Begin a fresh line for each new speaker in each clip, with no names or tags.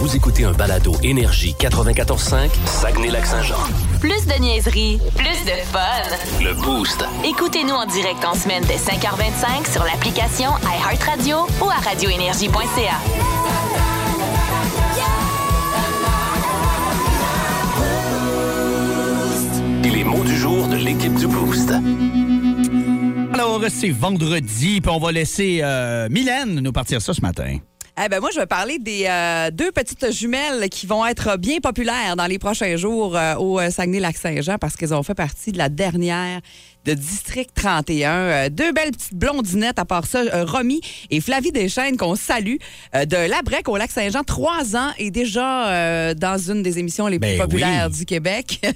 Vous écoutez un balado Énergie 94.5, Saguenay-Lac-Saint-Jean.
Plus de niaiserie, plus de fun.
Le Boost.
Écoutez-nous en direct en semaine dès 5h25 sur l'application iHeartRadio ou à radioénergie.ca.
Et les mots du jour de l'équipe du Boost.
Alors, c'est vendredi, puis on va laisser euh, Mylène nous partir ça ce matin.
Eh ben moi, je vais parler des euh, deux petites jumelles qui vont être bien populaires dans les prochains jours euh, au Saguenay-Lac-Saint-Jean parce qu'elles ont fait partie de la dernière de District 31. Euh, deux belles petites blondinettes, à part ça, euh, Romy et Flavie Deschaines, qu'on salue, euh, de Labrec au Lac-Saint-Jean, trois ans et déjà euh, dans une des émissions les plus
Ben
populaires
oui.
du Québec.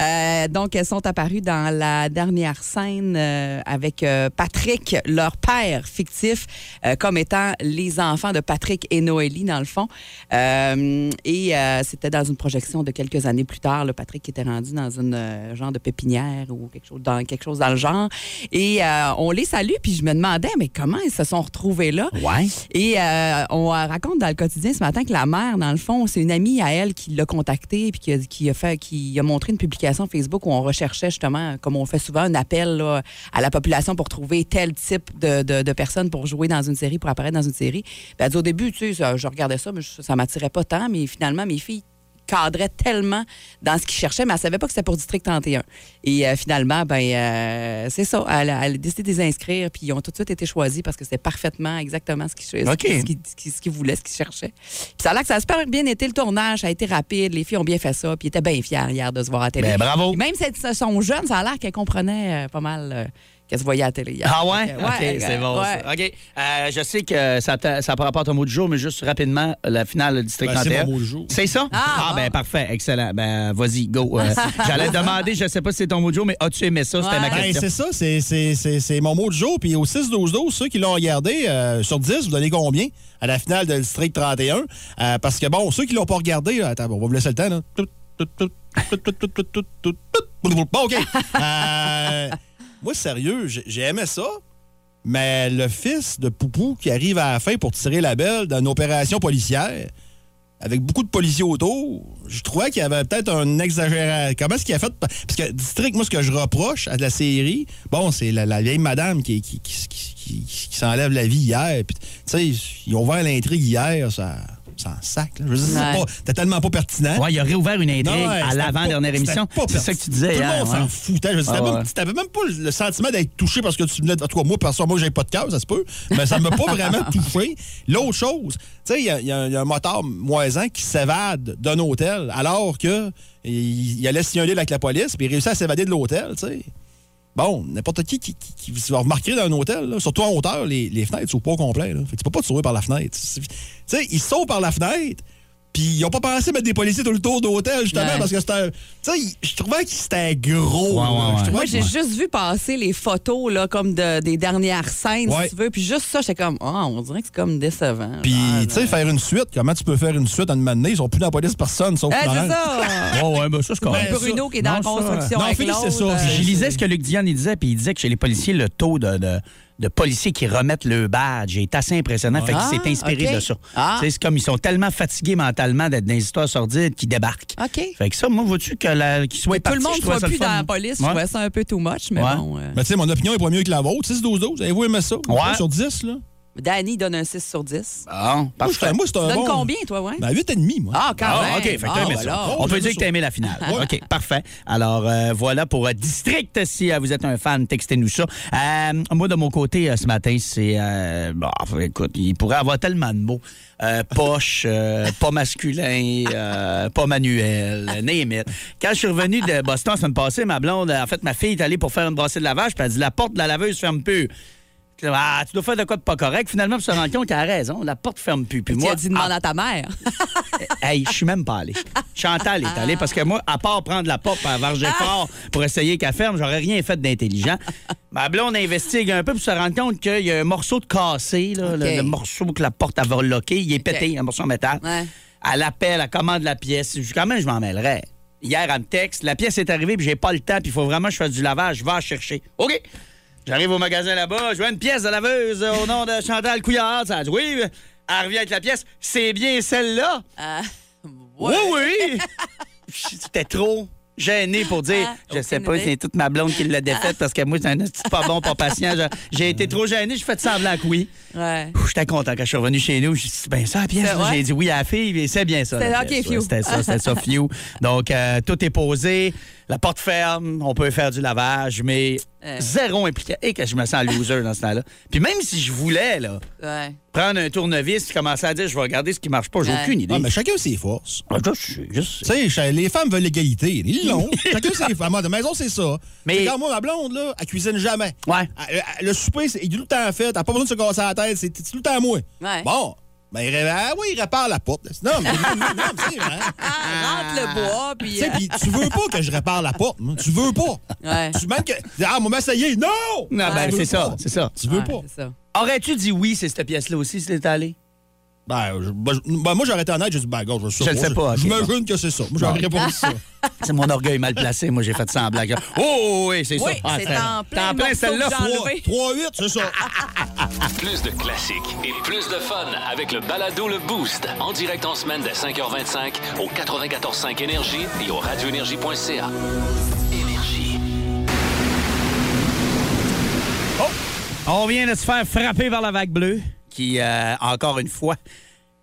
Euh, donc, elles sont apparues dans la dernière scène euh, avec euh, Patrick, leur père fictif, euh, comme étant les enfants de Patrick et Noélie, dans le fond. Euh, et euh, c'était dans une projection de quelques années plus tard. Le Patrick était rendu dans une euh, genre de pépinière ou quelque chose dans, quelque chose dans le genre. Et euh, on les salue, puis je me demandais, mais comment ils se sont retrouvés là?
Ouais.
Et euh, on raconte dans le quotidien ce matin que la mère, dans le fond, c'est une amie à elle qui l'a contactée puis qui a, qui a fait, qui a montré une publication Facebook où on recherchait justement, comme on fait souvent, un appel là, à la population pour trouver tel type de, de- de personnes pour jouer dans une série, pour apparaître dans une série. Puis elle dit au début, tu sais, ça, je regardais ça, mais je- ça m'attirait pas tant, mais finalement, mes filles cadrait tellement dans ce qu'ils cherchaient, mais elle savait pas que c'était pour District 31. Et euh, finalement, ben euh, c'est ça. Elle, a- elle a décidé de les inscrire, puis ils ont tout de suite été choisis parce que c'était parfaitement exactement ce qu'ils ch- ce
OK.
qu'ils- ce qu'ils- ce qu'ils- ce qu'ils voulaient, ce qu'ils cherchaient. Puis ça a l'air que ça a super bien été. Le tournage ça a été rapide. Les filles ont bien fait ça, puis ils étaient bien fiers hier de se voir à la télé.
Ben, bravo.
Puis même si elles sont jeunes, ça a l'air qu'elles comprenaient euh, pas mal euh, qu'elles se voyaient à la télé hier.
Ah ouais?
Fait que,
OK, c'est
euh,
bon.
ouais.
ça. OK. Euh, je sais que ça t'a- ça par rapport à ton mot du jour, mais juste rapidement, la finale du District
Ben, c'est
31.
mon mot du jour.
C'est ça?
Ah,
ben parfait, excellent. Ben vas-y, go. Euh, J'allais te demander, je sais pas si c'est ton mot du jour, mais as-tu aimé ça? C'était ma
Ouais.
Ben,
question.
c'est ça, c'est- c'est c'est- c'est mon mot du jour. Puis au 6-12-12, ceux qui l'ont regardé, euh, sur 10, vous donnez combien à la finale de District 31? Euh, parce que bon, ceux qui l'ont pas regardé, là, attends, on va vous laisser le temps. Là. Tout, tout, tout, tout, tout, tout, tout, tout, tout, tout. Bon, OK. Euh, moi, sérieux, j'ai j'ai aimé ça. Mais le fils de Poupou qui arrive à la fin pour tirer la belle d'une opération policière, avec beaucoup de policiers autour, je trouvais qu'il y avait peut-être un exagération. Comment est-ce qu'il a fait? Parce que District, moi, ce que je reproche à la série, bon, c'est la, la vieille madame qui, qui, qui, qui- qui- qui s'enlève la vie hier. Puis, tu sais, ils ont ouvert l'intrigue hier, ça, ça en sac. là. Je veux dire, c'est
Ouais.
pas- c'était tellement pas pertinent.
Ouais, il a réouvert une intrigue
Non, ouais,
à
c'était
l'avant-dernière
pas-
émission.
c'était pas
C'est ça que
pertinent.
tu disais hein,
Tout
hier.
le monde s'en
ouais.
foutait. Je veux dire,
Ah
T'avais
ouais.
même- t'avais même pas le sentiment d'être touché parce que tu venais. de- En tout cas, moi, perso, moi, j'ai pas de cœur, ça se peut. Mais ça ne m'a pas vraiment touché. L'autre chose, tu sais, il y, a- il y a un- il y a un motard moisin qui s'évade d'un hôtel alors que il, il allait signaler avec la police puis il réussit à s'évader de l'hôtel, tu sais. Bon, n'importe qui qui, qui, qui- vous remarquerez dans un hôtel, là, surtout en hauteur, les, les fenêtres ne s'ouvrent pas au complet. Là. Fait que tu peux pas te sauver par la fenêtre. C'est- Tu sais, ils se sauvent par la fenêtre, puis ils ont pas pensé mettre des policiers tout le tour de l'hôtel, justement,
Ouais.
parce que c'était un. Tu sais, ils- je trouvais que c'était gros.
Ouais,
là.
ouais,
Je
ouais.
trouvais
Moi,
que-
j'ai juste vu passer les photos là, comme de- des dernières scènes,
Ouais.
si tu veux. Puis juste ça, j'étais comme, Ah, on dirait que c'est comme décevant.
Puis,
Ah,
tu sais, faire une suite, comment tu peux faire une suite en une année? Ils sont plus dans la police personne, sauf
Eh, c'est
Florence.
ça!
Ouais, ouais, ben ça, c'est correct.
Ben,
Bruno qui est dans
Non,
la
ça,
construction
non,
avec
Félix, c'est
l'autre,
ça.
euh,
Je lisais ce que Luc Dion il disait, puis il disait que chez les policiers, le taux de, de- de policiers qui remettent le badge est assez impressionnant. Fait
Ah,
qu'il s'est inspiré
ok.
de ça.
Ah.
Tu sais, C'est comme ils sont tellement fatigués mentalement d'être dans des histoires sordides qu'ils débarquent.
OK.
Fait que ça, moi, vois-tu que la- qu'ils soient
Ah. euh, Tout le
partis,
monde
je trouvais
soit
ça le
plus
fun.
dans la police. Je
Ouais.
trouvais ça un peu too much, mais
Ouais.
bon. euh,
Mais tu sais, mon opinion est pas mieux que la vôtre. 6-12-12, avez-vous aimé ça?
Ouais.
Sur 10, là?
Danny donne un 6 sur 10.
Bon,
Moi,
Ah, parfait.
j'étais- moi, c'était un
Donne
bon...
combien, toi, ouais?
Ben, 8,5, moi.
Ah, quand même!
Ah, OK. Fait que
Ah,
t'as aimé ça. Oh,
voilà.
On peut
J'aime
dire que
ça.
t'as aimé la finale. OK, parfait. Alors, euh, voilà pour euh, District. Si euh, vous êtes un fan, textez-nous ça. Euh, moi, de mon côté, euh, ce matin, c'est... euh, bon, écoute, il pourrait avoir tellement de mots. Euh, poche, euh, pas masculin, euh, pas manuel, name it. Quand je suis revenu de Boston la semaine passée, ma blonde, euh, en fait, ma fille est allée pour faire une brassée de lavage, puis elle a dit « La porte de la laveuse ferme plus. » Ah, tu dois faire de quoi de pas correct. Finalement, on se rend compte qu'elle a raison. La porte ferme plus. Puis
Tu
moi, ah.
as dit demander à ta mère.
Euh, Hey, je suis même pas allé. Chantal est allée parce que moi, à part prendre la pop à varger
Ah!
fort pour essayer qu'elle ferme, j'aurais rien fait d'intelligent. Ma blonde investigue un peu pour se rendre compte qu'il y a un morceau de cassé, là,
OK.
le, le morceau que la porte a loqué, il est
OK.
pété, un morceau en métal.
Ouais.
Elle appelle, elle commande la pièce. Je- Quand même, je m'en mêlerais. Hier, elle me texte, la pièce est arrivée, puis j'ai pas le temps, puis il faut vraiment que je fasse du lavage, je vais la chercher. OK. J'arrive au magasin là-bas, je vois une pièce de laveuse euh, au nom de Chantal Couillard. Ça a dit oui. Elle revient avec la pièce. C'est bien celle-là.
Ouais.
Oui, oui. J'étais trop gêné pour dire,
Ah,
je sais
aucune
pas,
idée.
c'est toute ma blonde qui l'a défaite parce que moi, c'est un petit pas bon, pas patient. Je- J'ai été trop gêné, j'ai fait semblant que oui.
Ouais.
Ouh, J'étais content quand je suis revenu chez nous. J'ai dit, c'est bien ça la pièce.
C'est
là.
vrai?
J'ai dit oui à la fille, mais c'est bien ça.
C'est-
la
ok,
pièce.
few.
Ouais, C'était ça, c'était ça, few. Donc, euh, tout est posé, la porte ferme, on peut faire du lavage, mais
Euh.
zéro impliqué. Et que je me sens loser dans ce temps-là. Puis même si je voulais, là,
Ouais.
prendre un tournevis et commencer à dire, je vais regarder ce qui marche pas, j'ai
Ouais.
aucune idée.
Ah, mais chacun ses forces.
Ah, je sais, je sais.
Tu sais, cha- les femmes veulent l'égalité. Ils l'ont. chacun ses femmes. de maison, c'est ça.
Mais-
Mais. Quand moi, ma blonde, là, elle cuisine jamais.
Ouais.
Elle- elle- Le souper, c'est- il est tout le temps fait. Elle n'a pas besoin de se casser la tête. C'est c'est tout le temps à moi.
Ouais.
Bon. Ben, il, ré- ah oui, il répare la porte. Non, mais, non, mais c'est vrai.
Ah, rentre le bois,
Tu
puis. euh,
sais, puis tu veux pas que je répare la porte. hein. Tu veux pas.
Ouais.
Tu demandes que. Ah, maman, ça y est. Non!
Non,
Ah,
ben,
Tu veux
c'est ça,
pas.
c'est ça.
Tu veux
Ouais,
pas.
c'est ça.
Aurais-tu dit oui, c'est cette pièce-là aussi, si t'étais allé?
Ben, je- ben, je- ben, moi, j'aurais été honnête, j'ai dit, ben, gars, je sais
Je le sais pas, ok,
J'imagine que c'est ça. Moi, j'aurais
Bon.
répondu ça.
C'est mon orgueil mal placé. Moi, j'ai fait semblant. que- Oh, oh, oui, c'est
Oui,
ça. Ah,
c'est
très-
en plein
T'es en plein
morceau
celle-là.
que j'ai
Wow.
enlevé.
3-8, c'est ça.
Plus de classiques et plus de fun avec le balado Le Boost. En direct en semaine dès 5h25 au 94.5 Énergie et au radioénergie.ca. Énergie.
On vient de se faire frapper par la vague bleue qui, euh, encore une fois,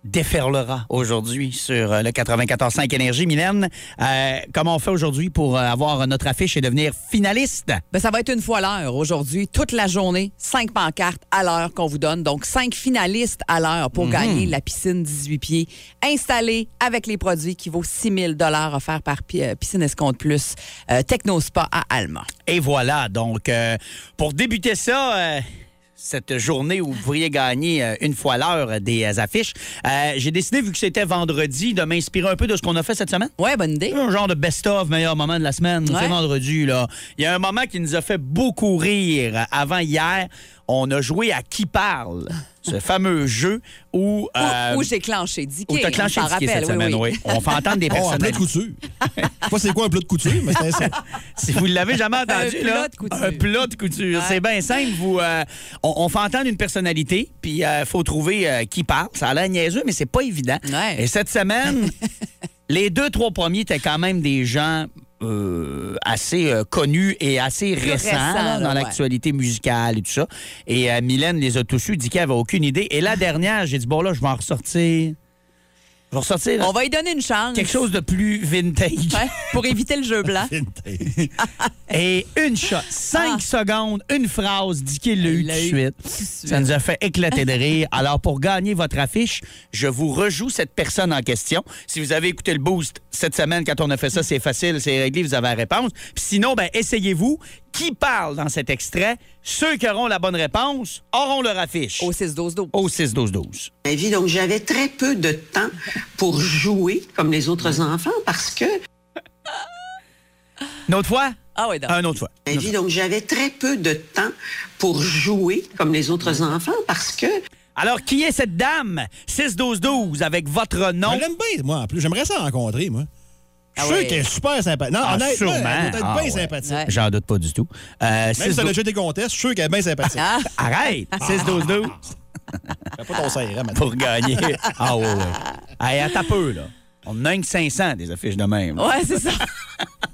déferlera aujourd'hui sur euh, le 94.5 Énergie. Mylène, euh, comment on fait aujourd'hui pour euh, avoir notre affiche et devenir finaliste?
Ben, ça va être une fois à l'heure aujourd'hui, toute la journée, cinq pancartes à l'heure qu'on vous donne. Donc, cinq finalistes à l'heure
Mhm.
pour gagner la piscine 18 pieds installée avec les produits qui vaut 6 000 offerts par pi- euh, Piscine Escompte Plus euh, Technospa à Alma.
Et voilà, donc, euh, pour débuter ça, euh, cette journée où vous pourriez gagner euh, une fois l'heure euh, des euh, affiches, euh, j'ai décidé, vu que c'était vendredi, de m'inspirer un peu de ce qu'on a fait cette semaine.
Ouais, bonne idée.
Un genre de best-of, meilleur moment de la semaine.
Ouais.
C'est vendredi, là. Il y a un moment qui nous a fait beaucoup rire. Avant hier, on a joué à Qui parle? Ce fameux jeu où... euh,
Où, où j'ai clenché,
où
Dicky.
t'as clenché
on
le
s'en
ski
rappelle,
cette semaine, oui. On fait entendre des
Oh, un plat
personnes.
de couture. Je sais pas c'est quoi un plat de couture, mais c'était ça.
Si vous ne l'avez jamais entendu,
Un
là,
plat de couture.
un plat de couture.
Ouais.
C'est bien simple. Vous, euh, on, on fait entendre une personnalité, puis il faut trouver euh, qui parle. Ça a l'air niaiseux, mais c'est pas évident.
Ouais.
Et cette semaine, les deux, trois premiers étaient quand même des gens euh, assez euh, connus et assez récents
récents,
là, dans
là, ouais.
l'actualité musicale et tout ça. Et euh, Mylène les a tous eus, dit qu'elle avait aucune idée. Et la dernière, j'ai dit, bon, là, je vais en ressortir. Je vais ressortir
On va y donner une chance.
quelque chose de plus vintage.
Ouais, pour éviter le jeu blanc.
Et une shot, cinq secondes, une phrase, dit qu'il l'a eu
Ah. Il
tout de
l'a eu
suite.
tout de suite.
Ça nous a fait éclater de rire. Alors, pour gagner votre affiche, je vous rejoue cette personne en question. Si vous avez écouté le boost cette semaine, quand on a fait ça, c'est facile, c'est réglé, vous avez la réponse. Puis sinon, ben, essayez-vous. Qui parle dans cet extrait? Ceux qui auront la bonne réponse auront leur affiche.
Au 6-12-12.
Au 6-12-12.
ma vie. Donc, j'avais très peu de temps pour jouer comme les autres enfants parce que,
Une autre fois?
Ah oui, donc.
Un autre fois.
ma vie, donc, j'avais très peu de temps pour jouer comme les autres enfants parce que,
Alors, qui est cette dame? 6-12-12 avec votre nom.
On l'aime bien, moi, en plus. J'aimerais ça rencontrer, moi. Je
Ah
suis sûr
ouais.
qu'elle est super sympathique. Non,
Ah,
honnêtement,
sûrement.
elle doit être
Ah,
bien
ouais.
sympathique.
Ouais.
J'en doute pas du tout. Euh,
Même
6-12-12.
si elle a déjà des contestes, je suis sûr qu'elle est bien sympathique.
Ah,
Arrête! 6-12-12
Fais pas ton serré, maintenant.
pour gagner. Ah ouais, ouais. Hey, à ta peu, là. On en a une 500 des affiches de même.
ouais, c'est ça.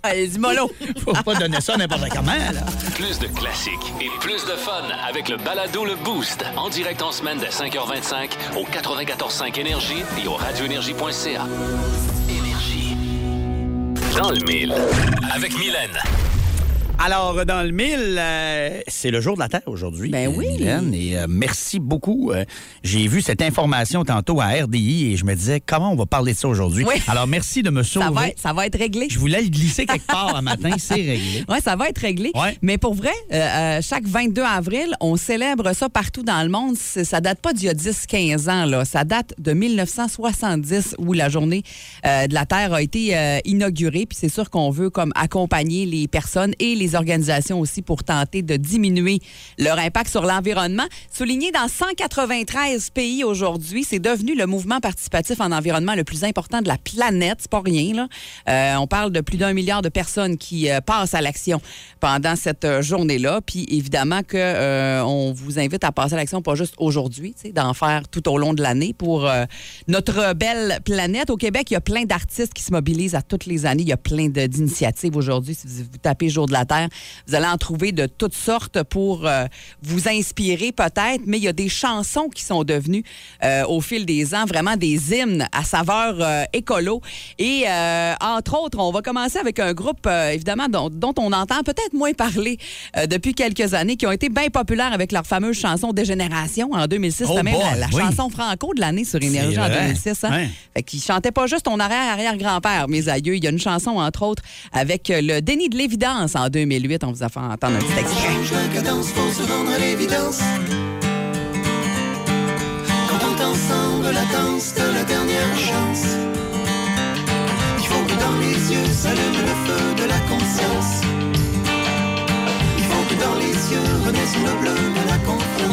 Allez, dis mollo.
Oh.
Faut pas donner ça n'importe comment, là.
Plus de classiques et plus de fun avec le balado Le Boost. En direct en semaine dès 5h25 au 94.5 Énergie et au radioénergie.ca. Énergie. Dans le mille. Avec Mylène.
Alors, dans le mille, euh, c'est le jour de la Terre aujourd'hui.
Ben
euh,
oui.
Mylène, et euh, merci beaucoup. Euh, J'ai vu cette information tantôt à RDI et je me disais, comment on va parler de ça aujourd'hui?
Oui.
Alors, merci de me sauver.
Ça va, être- ça va être réglé.
Je voulais le glisser quelque part un matin, c'est réglé.
Oui, ça va être réglé.
Ouais.
Mais pour vrai, euh, euh, chaque 22 avril, on célèbre ça partout dans le monde. C'est- Ça date pas d'il y a 10-15 ans, là. Ça date de 1970 où la journée euh, de la Terre a été euh, inaugurée. Puis c'est sûr qu'on veut comme accompagner les personnes et les organisations aussi pour tenter de diminuer leur impact sur l'environnement. Souligné dans 193 pays aujourd'hui, c'est devenu le mouvement participatif en environnement le plus important de la planète. C'est pas rien, là. Euh, on parle de plus d'un milliard de personnes qui euh, passent à l'action pendant cette euh, journée-là. Puis évidemment que euh, on vous invite à passer à l'action pas juste aujourd'hui, tu sais, d'en faire tout au long de l'année pour euh, notre belle planète. Au Québec, il y a plein d'artistes qui se mobilisent à toutes les années. Il y a plein de- d'initiatives aujourd'hui. Si vous, vous tapez Jour de la Terre, vous allez en trouver de toutes sortes pour euh, vous inspirer peut-être. Mais il y a des chansons qui sont devenues euh, au fil des ans vraiment des hymnes à saveur euh, écolo. Et euh, entre autres, on va commencer avec un groupe euh, évidemment dont, dont on entend peut-être moins parler euh, depuis quelques années, qui ont été bien populaires avec leur fameuse chanson Dégénération en 2006.
Oh
C'était même la,
boy,
la
oui.
chanson franco de l'année sur Énergie
C'est
en
vrai.
2006. Hein?
Ouais.
Fait qu'ils chantaient pas juste ton arrière-arrière-grand-père, mes aïeux. Il y a une chanson, entre autres, avec euh, le déni de l'évidence en 2008. On vous a fait entendre un petit extrait.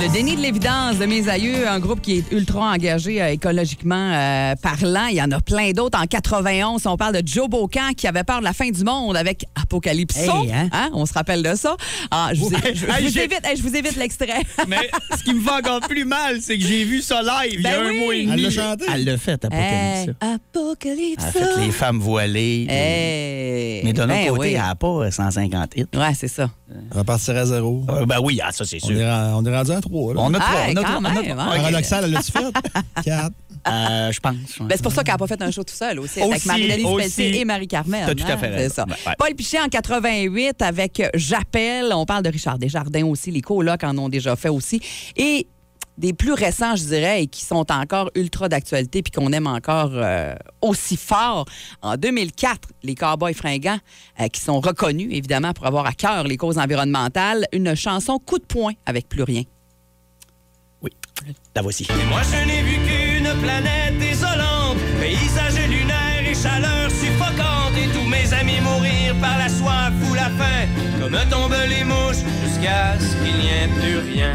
Le déni de l'évidence de mes aïeux, un groupe qui est ultra engagé euh, écologiquement euh, parlant. Il y en a plein d'autres. En 91, on parle de Joe Bocan qui avait peur de la fin du monde avec Apocalypse.
Hey, hein?
On se rappelle de ça. Ah, je, vous,
Ouais.
je- je
Hey,
vous
j'ai-
évite, hey, je vous évite l'extrait.
Mais ce qui me fait encore plus mal, c'est que j'ai vu ça live il y a
Ben
un
oui.
mois et
Elle
demi.
l'a chanté.
Elle l'a fait, Apocalypse.
Hey, Apocalypse.
Elle a fait les femmes voilées.
Hey.
Mais d'un
Ben
autre côté,
oui.
elle n'a pas euh, 150 hits.
Ouais, c'est ça.
On repartirait à zéro.
Euh, ben oui, ah, ça c'est
On
sûr.
est, ren- on est rendu à trois. là.
On a
Ah,
trois. on a
quand
trois, on a
même,
trois.
hein?
Ok.
Paradoxal, elle l'a-tu fait? Quatre.
Euh, je pense. ouais.
Ben, c'est pour ça qu'elle n'a pas fait un show tout seul aussi, avec
Aussi,
Marie-Denise
aussi.
Pelletier et Marie-Carmen.
T'as tout à fait raison.
C'est ça.
Ben, ouais.
Paul Pichet en 88 avec J'appelle. On parle de Richard Desjardins aussi. Les colocs en ont déjà fait aussi. Et des plus récents, je dirais, et qui sont encore ultra d'actualité puis qu'on aime encore euh, aussi fort. En 2004, les Cowboys fringants, euh, qui sont reconnus, évidemment, pour avoir à cœur les causes environnementales, une chanson coup de poing avec plus rien.
Oui. La voici.
Moi je n'ai vu qu'une planète désolante, paysage lunaire et chaleur suffocante, et tous mes amis mourir par la soif ou la faim, comme tombent les mouches jusqu'à ce qu'il n'y ait plus rien.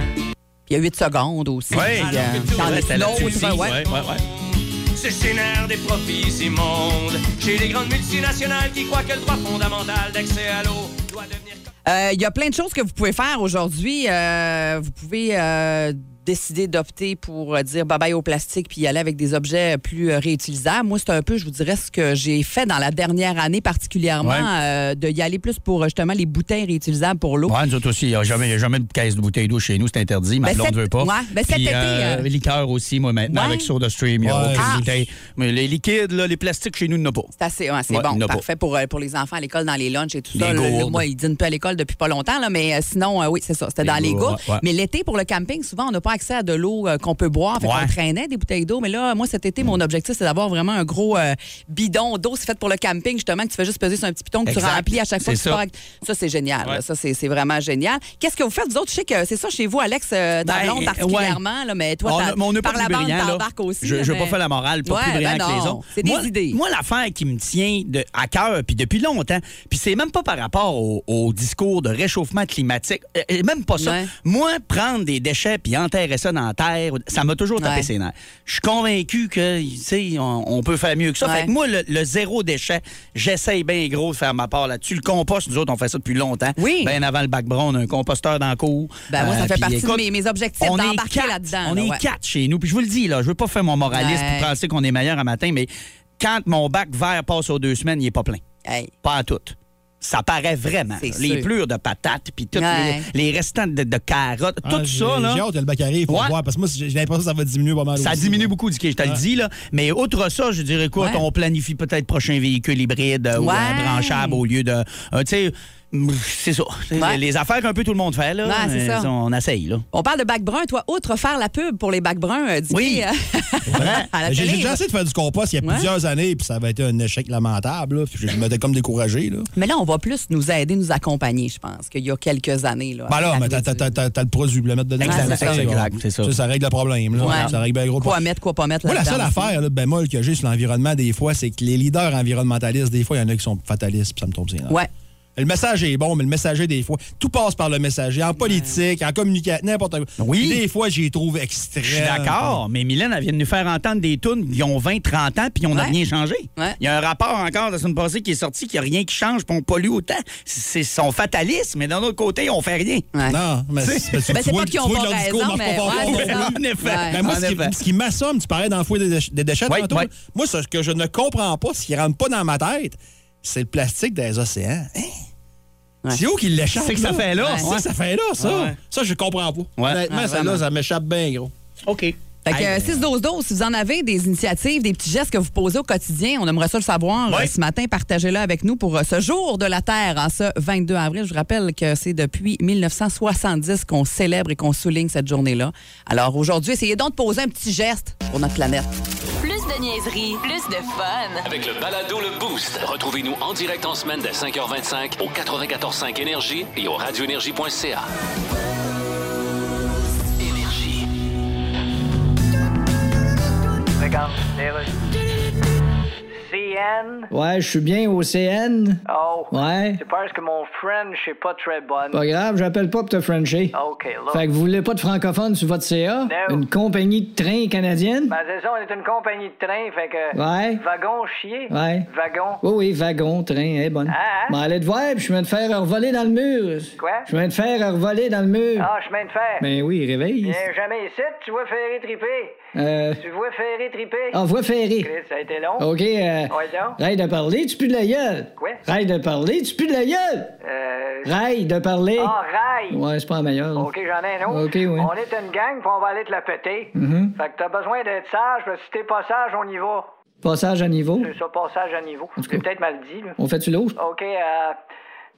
Il y a 8 secondes aussi.
Ouais,
Puis, euh,
il y a-
dans
ouais,
les-
c'était là-dessus aussi.
l'autre, ouais.
ben, Ouais, ouais, ouais.
Ce scénaire des profits immondes, chez les grandes multinationales qui croient que le droit fondamental d'accès à l'eau doit devenir...
Euh, Il y a plein de choses que vous pouvez faire aujourd'hui. Euh, vous pouvez euh, décider d'opter pour euh, dire bye-bye au plastique puis y aller avec des objets plus euh, réutilisables. Moi, c'est un peu, je vous dirais, ce que j'ai fait dans la dernière année particulièrement,
Ouais.
euh, de y aller plus pour euh, justement les bouteilles réutilisables pour l'eau.
Ouais, nous autres aussi, il n'y a jamais, il y a jamais de caisse de bouteille d'eau chez nous, c'est interdit. Ma
Ben,
blonde
cet-
ne veut pas.
ouais, ben, cet
Puis,
été,
euh,
euh,
Liqueur aussi, moi, maintenant,
Ouais.
avec Soda Stream, il n'y a
Ouais.
aucune
Ah.
bouteille. Mais les liquides, là, les plastiques, chez nous, il n'y en a pas.
C'est assez, ouais, c'est
Ouais, il y en
bon,
a pas.
parfait pour, euh, pour les enfants à l'école, dans les lunchs et tout
Les
ça. Le- le-
gourdes.
moi, ils dînent plus à l'école depuis pas longtemps, là, mais euh, sinon, euh, oui, c'est ça, c'était
Les
dans les
gourdes,
gourdes.
ouais, ouais.
Mais l'été, pour le camping, souvent, on n'a pas accès à de l'eau euh, qu'on peut boire. Fait
Ouais.
qu'on traînait des bouteilles d'eau. Mais là, moi, cet été, mon objectif, c'est d'avoir vraiment un gros euh, bidon d'eau. C'est fait pour le camping, justement, que tu fais juste peser sur un petit piton que
Exact.
tu remplis à chaque fois que
C'est
tu
ça.
pars. avec- Ça, c'est génial. là.
Ouais.
Ça, c'est c'est vraiment génial. Qu'est-ce que vous faites, vous autres? Je sais que c'est ça chez vous, Alex, euh, ta
Ben,
blonde
ouais.
particulièrement, là, mais toi,
On
t'as-
a- mais on n'est pas
par la
plus
bande,
brillant, là.
t'embarques aussi.
Je
là,
ne veux pas
mais-
faire la morale, pas plus
Ouais,
brillant
ben
que les
non.
autres.
C'est des
moi,
idées.
Moi, l'affaire qui me tient de, à cœur, puis depuis longtemps, puis c'est même pas par rapport au, au discours de réchauffement climatique, euh, euh, même pas ça.
Ouais.
Moi, prendre des déchets puis enterrer ça dans la terre, ça m'a toujours tapé
Ouais.
ses nerfs. Je suis convaincu que, tu sais, on, on peut faire mieux que ça.
Ouais.
Fait que moi, le, le zéro déchet, j'essaye bien gros de faire ma part là-dessus. Le compost, nous autres, on fait ça depuis longtemps.
Oui.
Bien avant le bac brun, on a un composteur dans le cours.
Ben, moi, ça fait
Euh, puis
partie de mes- mes objectifs
on est
d'embarquer
quatre.
là-dedans,
On
là,
est
ouais.
quatre chez nous. Puis je vous le dis, là, je veux pas faire mon moraliste
Ouais.
pour penser qu'on est meilleur un matin, mais quand mon bac vert passe aux deux semaines, il est pas plein.
Hey.
Pas à tout. Ça paraît vraiment.
C'est
Les
sûr.
plures de patates, puis toutes
Ouais.
les, les restants de, de carottes,
Ah,
tout
j'ai-
ça, là.
J'ai hâte que le bac arrive pour
Ouais.
voir, parce que moi, j'ai j'ai l'impression que ça va diminuer pas mal
Ça
aussi,
diminue
là.
beaucoup du quai, je te le dis, là. Mais outre ça, je dirais quoi?
Ouais.
On planifie peut-être prochain véhicule hybride euh, ou
Ouais.
un branchable au lieu de. euh, tu sais, mm, c'est ça.
Ouais.
Les affaires qu'un peu tout le monde fait, là.
Ouais, c'est
euh,
ça.
On essaye, là.
On parle de bac brun. Toi, outre faire la pub pour les bacs bruns, euh, dis
Oui.
à la
Hein? J'ai
télé.
j'ai déjà essayé de faire du compost il y a
Ouais.
plusieurs années, puis ça avait été un échec lamentable. là, puis je m'étais comme découragé. Là.
Mais là, on va plus nous aider, nous accompagner, je pense, qu'il y a quelques années. Là,
Ben là,
avec
mais t'as
l'arrivée
t'as-
du-
t'as- t'as- t'as le produit, le mettre dedans.
Exact,
c'est ça,
exact,
ça,
c'est ça.
Ça, règle le problème. Là.
Ouais.
Ça règle bien gros
Quoi
problème.
mettre, quoi pas mettre
Moi, la
là-dedans
seule
aussi.
affaire, là, bémol que j'ai sur l'environnement, des fois, c'est que les leaders environnementalistes, des fois, il y en a qui sont fatalistes, puis ça me tombe sur les nerfs.
Ouais.
Fait
Le messager est bon, mais le messager, des fois, tout passe par le messager. En politique, en communication, n'importe quoi.
Oui.
Des fois, j'y trouve extrême.
Je suis d'accord, mais Mylène, elle vient de nous faire entendre des tunes qui ont 20, 30 ans, puis on n'a
Ouais.
rien changé. Il
Ouais.
y a un rapport encore de la semaine passée qui est sorti, qu'il n'y a rien qui change, puis on pollue autant. C'est son fatalisme, mais d'un autre côté, on fait rien.
Ouais.
Non, mais
Tu sais,
mais tu-
Ben,
tu
c'est
vois-
pas
tu
qu'ils ont
vois que
pas
leur discours
raison,
marche
mais
pas fort.
ouais, c'est ça.
En effet.
Ouais.
Ben, moi,
En
ce qui,
effet.
ce qui m'assomme, tu parlais dans le fouet des, déch- des déchets
Oui,
tantôt,
oui.
là. Moi, ce que je ne comprends pas, ce qui rentre pas dans ma tête, c'est le plastique des océans. Hein?
Ouais.
C'est où qu'il l'échappe?
C'est que ça fait là.
C'est
Ouais.
que ça fait là, ça.
Ouais.
Ça, je comprends pas.
Ouais.
Honnêtement,
Ouais,
ça, là,
vraiment.
ça m'échappe bien, gros.
OK.
Fait que
Hey,
euh, 6 12 12 si vous en avez des initiatives, des petits gestes que vous posez au quotidien, on aimerait ça le savoir
Ouais.
euh, ce matin. Partagez-le avec nous pour euh, ce jour de la Terre, en ce 22 avril. Je vous rappelle que c'est depuis 1970 qu'on célèbre et qu'on souligne cette journée-là. Alors aujourd'hui, essayez donc de poser un petit geste pour notre planète.
Plus de niaiserie, plus de fun.
Avec le balado Le Boost, retrouvez-nous en direct en semaine dès 5h25 au 94.5 Énergie et au radioénergie.ca. Énergie.
CN.
Ouais, je suis bien au CN.
Oh.
Ouais.
C'est parce que mon French est pas très bonne.
Pas grave, j'appelle pas pour te Frencher.
OK, là.
Fait que vous voulez pas de francophones sur votre CA?
No.
Une compagnie de train canadienne?
Ben, c'est ça, on est une compagnie de train, fait que.
Ouais.
Wagon chier.
Ouais.
Wagon.
Oui, oui, wagon, train, elle est bonne.
Ah, ah.
M'en allais te voir, puis je viens de faire revoler dans le mur.
Quoi?
Je viens de faire revoler dans le mur.
Ah, chemin de fer.
Ben oui, réveille.
Viens jamais ici, tu vois Ferré triper.
Euh, Ah,
Tu vois Ferré triper.
en voie ferrée.
Chris, ça a été long.
OK, euh,
Ouais, donc.
raille de parler, tu pues de la gueule.
Quoi?
Raille de parler, tu pues de la gueule.
Euh.
Raille de parler.
Ah, rail.
Ouais, c'est pas la meilleure. là.
OK, j'en ai un autre.
OK, oui.
On est une gang, puis on va aller te la péter. Fait que t'as besoin d'être sage, parce que si t'es pas sage, on y va.
Passage à niveau.
C'est ça, passage à niveau.
tout
J'ai
cas.
peut-être mal dit, là.
On fait-tu l'autre?
OK, euh.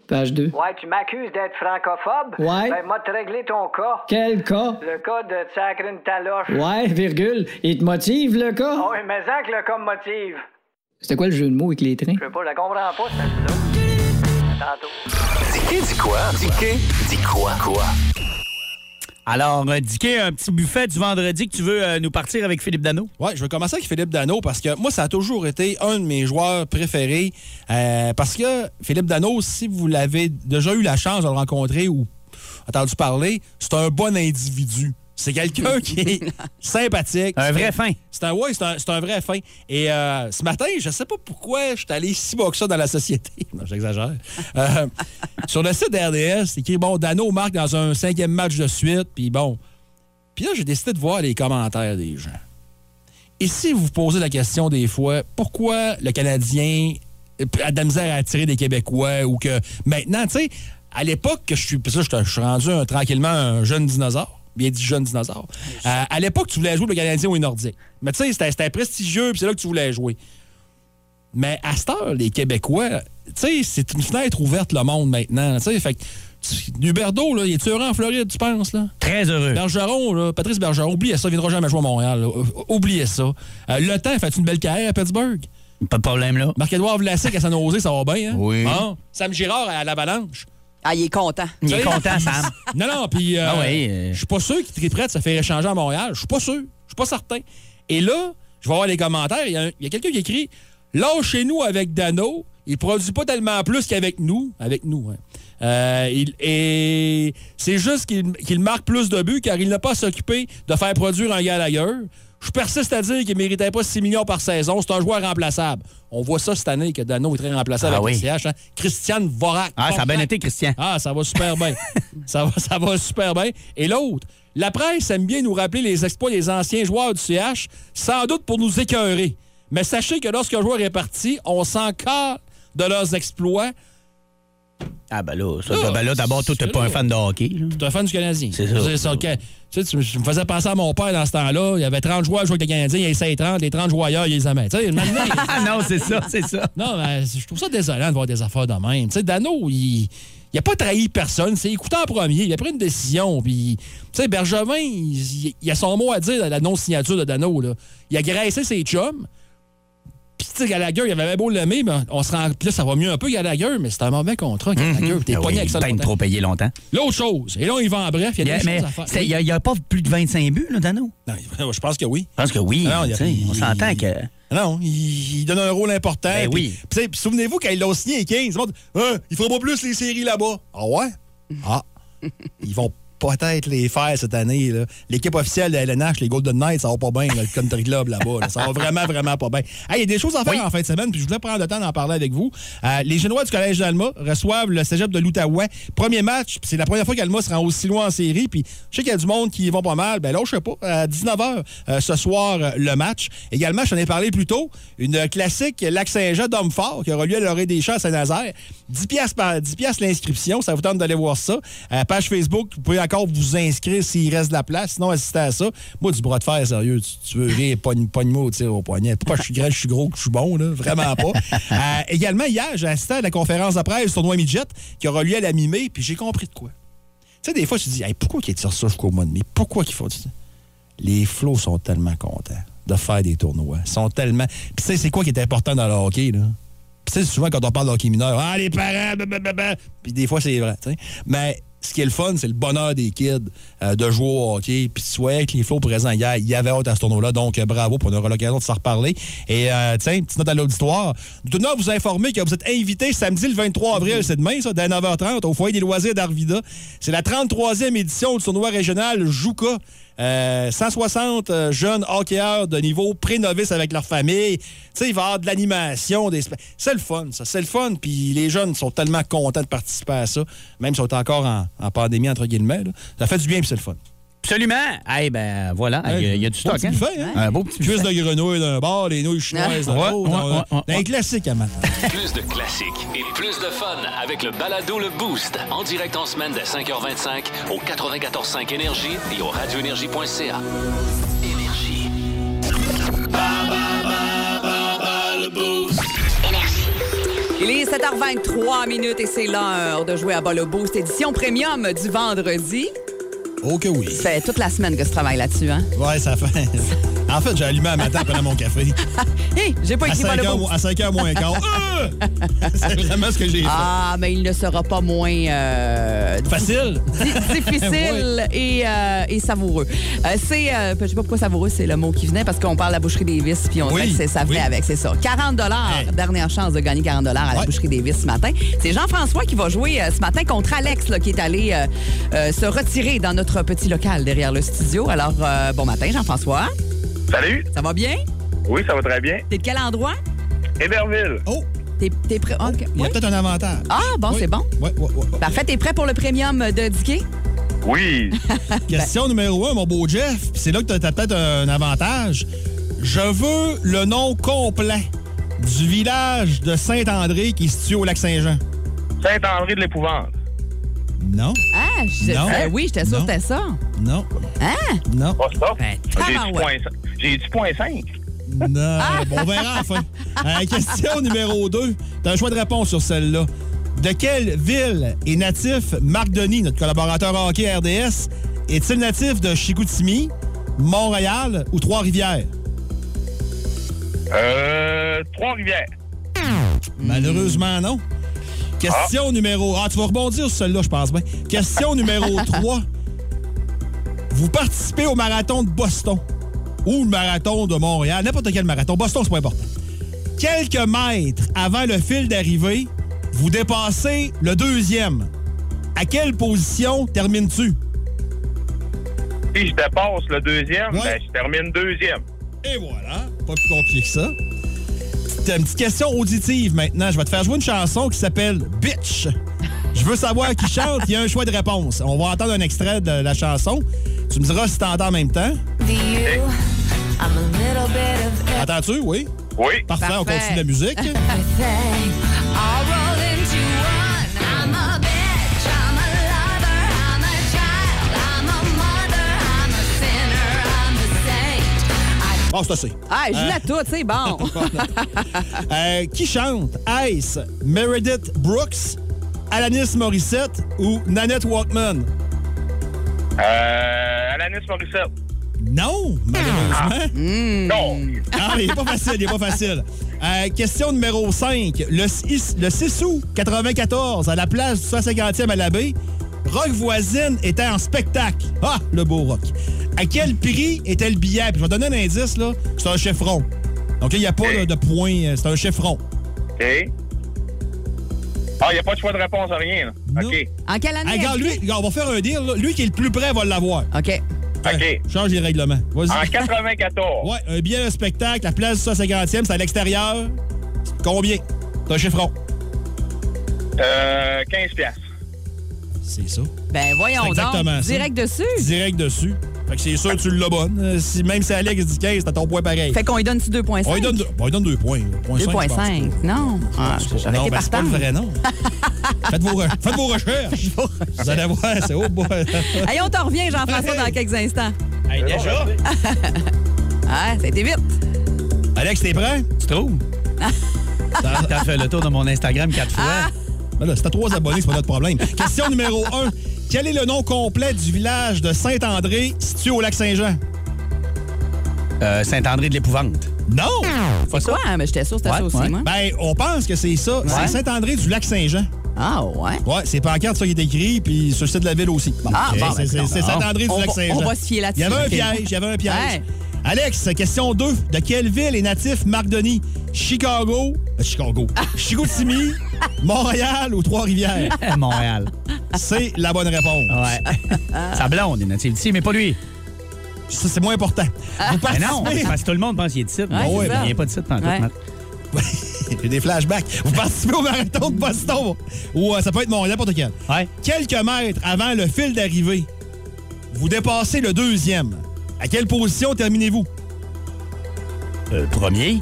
Page 2.
Ouais, tu m'accuses d'être francophobe.
Ouais.
Ben, moi, te régler ton cas.
Quel cas?
Le cas de te sacrer une taloche.
Ouais, virgule. Il te motive, le cas?
Oh, oui, mais ça que le cas me motive.
C'était quoi le jeu de mots avec les trains?
Je sais pas, je la comprends pas, celle-là. À Tantôt.
Dis-qui, dis quoi? Dis-qui, dis quoi? Quoi?
Alors, euh, Dicky, un petit buffet du vendredi que tu veux euh, nous partir avec Philippe Dano?
Ouais, je vais commencer avec Philippe Dano parce que moi, ça a toujours été un de mes joueurs préférés. euh, parce que Philippe Dano, si vous l'avez déjà eu la chance de le rencontrer ou entendu parler, c'est un bon individu. C'est quelqu'un qui est sympathique.
Un vrai fin.
C'est un, ouais, c'est un, c'est un vrai fin. Et euh, ce matin, je sais pas pourquoi je suis allé si bas que ça dans la société. Non, j'exagère. Euh, sur le site d'RDS, c'est écrit Bon, Dano marque dans un cinquième match de suite, puis bon. Puis là, j'ai décidé de voir les commentaires des gens. Et si vous vous posez la question des fois, pourquoi le Canadien a de la misère à attirer des Québécois ou que maintenant, tu sais, à l'époque que je suis, ça, je te- je suis rendu un- tranquillement un jeune dinosaure, bien dit jeune dinosaure. Euh, à l'époque, tu voulais jouer pour le Canadien ou les Nordiques. Mais tu sais, c'était c'était prestigieux, puis c'est là que tu voulais jouer. Mais à cette heure, les Québécois, tu sais, c'est une fenêtre ouverte, le monde, maintenant. Tu sais, fait que, tu- Huberdeau, là, il est heureux en Floride, tu penses, là?
Très heureux.
Bergeron, là, Patrice Bergeron, oubliez ça, il viendra jamais jouer à Montréal. là. O- Oubliez ça. Euh, le temps, fait une belle carrière à Pittsburgh.
Pas de problème, là.
Marc-Edouard Vlasic à San Jose, ça va bien. Hein?
Oui.
Hein? Sam Girard à l'Avalanche.
Ah, il est content.
Il est
Tu sais,
content, Sam.
Non, non, puis euh,
Ah oui, euh.
je suis pas sûr qu'il triperait de se faire échanger à Montréal. Je suis pas sûr. Je suis pas certain. Et là, je vais voir les commentaires. Il y a, un- il y a quelqu'un qui écrit Lâchez-nous avec Dano. Il produit pas tellement plus qu'avec nous. Avec nous, hein. Euh, il- et c'est juste qu'il qu'il marque plus de buts car il n'a pas à s'occuper de faire produire un gars ailleurs. Je persiste à dire qu'il ne méritait pas 6 millions par saison. C'est un joueur remplaçable. On voit ça cette année que Dano est très remplaçable
Ah oui.
avec le CH. hein. Christiane Vorak.
Ah, ça a bien
Portland.
été, Christian.
Ah, ça va super bien. ça, va, ça va super bien. Et l'autre, la presse aime bien nous rappeler les exploits des anciens joueurs du CH, sans doute pour nous écœurer. Mais sachez que lorsqu'un joueur est parti, on s'encore de leurs exploits.
Ah, ben là, ça,
Ah,
ben là d'abord, toi, t'es
c'est
pas un
là.
fan de hockey. là.
Tu es un fan du Canadien.
C'est ça.
ok. Tu sais, tu me- je me faisais penser à mon père dans ce temps-là. Il y avait 30 joueurs qui jouaient avec le Canadien, il y avait 30, les 30 joueurs ailleurs, il les aimait. Tu sais, maintenant, il-
Ah, non, c'est ça, c'est ça.
Non, mais je trouve ça désolant de voir des affaires de même. Tu sais, Dano, il n'a a pas trahi personne. C'est écouté en premier. Il a pris une décision. Puis, tu sais, Bergevin, il, il- il a son mot à dire dans la non-signature de Dano. Là. Il a graissé ses chums. Puis, tu sais, Gallagher, il avait bien beau l'aimer, mais on se rend. Puis là, ça va mieux un peu, Gallagher, mais c'est un mauvais contrat, Gallagher. T'es
Ah
pogné
oui,
avec ça
peine
longtemps.
trop payé longtemps.
L'autre chose, et là, il va en bref. Il y a
Yeah,
des
mais
choses à faire.
c'est- il n'y a, il y a pas plus de vingt-cinq buts, là, Dano?
Non, je pense que oui.
Je pense que oui.
Ah non, il y a-
tu sais, on s'entend
il-
que...
Non, il, il donne un rôle important.
Ben
Puis-
oui.
puis tu sais, puis souvenez-vous, quand ils l'ont signé les 15, ils ont dit Ah, il fera pas plus les séries là-bas. Ah ouais? Ah. ils vont peut-être les faire cette année. là. L'équipe officielle de LNH, les Golden Knights, ça va pas bien, là, le Country Club là-bas. là. Ça va vraiment, vraiment pas bien. Hey, Il y a des choses à faire en fin de semaine, puis je voulais prendre le temps d'en parler avec vous. Euh, les Génois du Collège d'Alma reçoivent le cégep de l'Outaouais. Premier match, puis c'est la première fois qu'Alma se rend aussi loin en série, puis je sais qu'il y a du monde qui y va pas mal. Ben là, je sais pas, à 19h ce soir, euh, le match. Également, je t'en ai parlé plus tôt, une classique Lac-Saint-Jean d'homme fort qui aura lieu à l'Orée des Champs à Saint-Nazaire. 10 piastres par 10 piastres l'inscription, ça vous tente d'aller voir ça. Euh, page Facebook, vous pouvez encore vous inscrire s'il reste de la place, sinon assistez à ça. Moi, du bras de fer, sérieux, tu, tu veux rire, pogne- pogne-moi au tir au poignet. Pas je suis grand, je suis gros, que je suis bon, là, vraiment pas. Euh, également, hier, j'ai assisté à la conférence de presse du tournoi Midget qui aura lieu à la mi-mai, puis j'ai compris de quoi. Tu sais, des fois, tu te dis, Hey, pourquoi qu'ils tirent ça jusqu'au mois de mai? Pourquoi qu'ils font ça? les flots sont tellement contents de faire des tournois. Ils sont tellement. Puis tu sais, c'est quoi qui est important dans le hockey, là? Puis tu sais, souvent quand on parle de hockey mineur, ah, les parents, blablabla. bah! Puis des fois, c'est vrai, tu sais. Mais ce qui est le fun, c'est le bonheur des kids euh, de jouer au hockey. Puis soit avec les flots présents hier, il y avait hâte à ce tournoi-là. Donc, euh, bravo, pour on aura l'occasion de s'en reparler. Et euh, tiens, petite note à l'auditoire. Nous tenons à vous informer que vous êtes invités samedi le 23 avril, c'est demain, ça, dès 9h30, au foyer des loisirs d'Arvida. C'est la 33e édition du tournoi régional Jouka. Euh, 160 euh, jeunes hockeyeurs de niveau pré-novice avec leur famille. Tu sais, il va y avoir de l'animation. Des... spe- C'est le fun, ça. C'est le fun. Puis les jeunes sont tellement contents de participer à ça. Même s'ils sont encore en, en pandémie, entre guillemets. là. Ça fait du bien, puis c'est le fun.
Absolument. Eh ben voilà, il y a- il y, a du
Beau
stock.
petit
hein?
buffet, hein?
Un beau petit
Cuisse
buffet.
de grenouille d'un bord, les nouilles chinoises de
Ouais,
l'autre.
ouais,
On-
ouais, ouais,
on-
ouais.
Un classique à matin.
Plus de classiques et plus de fun avec le balado Le Boost. En direct en semaine dès 5h25 au 94.5 Énergie et au radioénergie.ca. Énergie.
Il est 7h23 minutes et c'est l'heure de jouer à bas le boost édition premium du vendredi.
Oh que oui.
C'est toute la semaine que je travaille là-dessus, hein?
Ouais, ça fait... En fait, j'ai allumé un matin pendant mon café.
Hé, j'ai pas
À
écrit bas le
5h,
boost.
mo- à 5h moins quart. Ah! C'est vraiment ce que j'ai fait.
Ah, mais il ne sera pas moins euh,
Facile.
di- difficile et, euh, et savoureux. Euh, c'est, euh, je sais pas pourquoi savoureux, c'est le mot qui venait parce qu'on parle de la boucherie Davis puis on
Oui,
dirait que c'est ça fait
oui.
avec, c'est ça. 40 dollars,
Hey.
dernière chance de gagner 40 dollars à la
Ouais.
boucherie Davis ce matin. C'est Jean-François qui va jouer euh, ce matin contre Alex là, qui est allé euh, euh, se retirer dans notre petit local derrière le studio. Alors euh, bon matin Jean-François,
Salut.
ça va bien
Oui, ça va très bien.
T'es de quel endroit
Héberville.
Oh,
T'es t'es prêt Ah, ok.
il y a
Oui.
peut-être un avantage.
Ah bon,
Oui.
c'est bon. Bah,
Ouais, ouais, ouais, ouais.
Parfait, t'es prêt pour le premium de Dicky
Oui.
bah.
Question numéro un, mon beau Jeff, puis c'est là que tu as peut-être un avantage. Je veux le nom complet du village de Saint-André qui est situé au lac Saint-Jean.
Saint-André de l'Épouvante.
Non,
Ah, je-
Non.
euh, oui, j'étais sûre que
Non.
c'était ça.
non,
Hein?
non,
Pas ça.
Ben,
J'ai dit
tabarouette.
point cin- J'ai dit point 5.
non. Bon, on verra à la fin. Euh, question numéro 2. T'as un choix de réponse sur celle-là. De quelle ville est natif Marc Denis, notre collaborateur hockey RDS? Est-il natif de Chicoutimi, Montréal ou Trois-Rivières?
Euh, Trois-Rivières.
Malheureusement, non. Question numéro... Ah, tu vas rebondir sur celle-là, je pense bien. Question numéro 3. Vous participez au marathon de Boston ou le marathon de Montréal, n'importe quel marathon. Boston, c'est pas important. Quelques mètres avant le fil d'arrivée, vous dépassez le deuxième. À quelle position termines-tu?
Si je dépasse le deuxième,
Ouais.
ben, je termine deuxième.
Et voilà, pas plus compliqué que ça. Petite- Une petite question auditive maintenant. Je vais te faire jouer une chanson qui s'appelle Bitch. Je veux savoir qui chante, il y a un choix de réponse. On va entendre un extrait de la chanson. Tu me diras si t'entends en même temps. Entends-tu? Oui.
Oui.
Parfait, on
Parfait.
continue la musique. Bon, c'est assez.
Ah, je la toute, c'est bon.
Euh, qui chante? Ice, Meredith Brooks, Alanis Morissette ou Nanette Walkman?
Euh, Alanis Morissette.
Non, malheureusement.
Non.
Ah, il est pas facile, il est pas facile. Euh, question numéro 5. Le 6, le 6 août 94, à la place du 150e à l'abbé, Rock Voisine était en spectacle. Ah, le beau rock. À quel prix était le billet? Puis je vais donner un indice, là. C'est un chevron. Donc, il n'y a pas là, de point. euh, C'est un chiffron.
OK. Ah, il n'y a pas de choix de réponse à rien, là. OK.
En quelle année?
regarde, lui, regarde, on va faire un deal. là. Lui qui est le plus près va l'avoir.
OK.
OK. Change les règlements. Vas-y.
En 94.
Ouais, un billet de spectacle, la place du 150e, c'est à l'extérieur. Combien? C'est un chiffron.
Euh, 15 piastres.
C'est ça.
Ben voyons
C'est exactement
donc.
ça.
Direct dessus.
Direct dessus. Fait que c'est sûr que tu l'as bonne. Euh, Si, même si Alex dit 15, t'as ton point pareil.
Fait qu'on lui donne-tu 2,5?
On lui donne, deux, on lui donne deux points. là. Point cinq, je pense.
2,5. Non. Ah, j'aurais
Non,
été
ben, c'est pas le
partante.
vrai nom. faites, vos re- faites vos recherches. Vous allez voir, c'est au bois.
Allez, on t'en revient, Jean-François, dans quelques instants.
Hey, déjà?
Ah, ça a été vite.
Alex, t'es prêt?
Tu trouves? T'as t'as fait le tour de mon Instagram quatre
Ah.
fois.
Ben là, si t'as trois abonnés, c'est pas notre problème. Question numéro un. Quel est le nom complet du village de Saint-André situé au lac Saint-Jean?
Euh, Saint-André de l'Épouvante.
Non!
C'est quoi? Mais j'étais sûre que c'était
Ouais,
ça aussi,
ouais.
moi.
Ben, on pense que c'est ça. C'est Saint-André du lac Saint-Jean.
Ah, ouais.
Ouais, c'est pancarte, ça qui est écrit, puis sur le site de la ville aussi. Bon,
Ah,
ok,
bon,
c'est-
ben,
c'est c'est Saint-André
on
du
va-
lac Saint-Jean.
on va se fier là-dessus.
Il y avait un
Ok.
piège, il y avait un piège.
Ouais.
Alex, question 2. De quelle ville est natif Marc Denis? Chicago, euh, Chicago, Chicoutimi, Montréal ou Trois-Rivières?
À Eh, Montréal.
C'est la bonne réponse.
Ouais. Sa blonde est native d'ici, mais pas lui.
Ça, c'est moins important. Vous
Ah. Mais
participez...
non, parce que tout le monde pense qu'il est de site.
Ouais,
mais
c'est
mais
ça.
il n'y a pas de site pantoute, hein.
Ouais.
Marc.
J'ai des flashbacks. Vous participez au marathon de Boston. Ou euh, ça peut être Montréal, n'importe quel.
Ouais.
Quelques mètres avant le fil d'arrivée, vous dépassez le deuxième. À quelle position terminez-vous?
Euh, premier.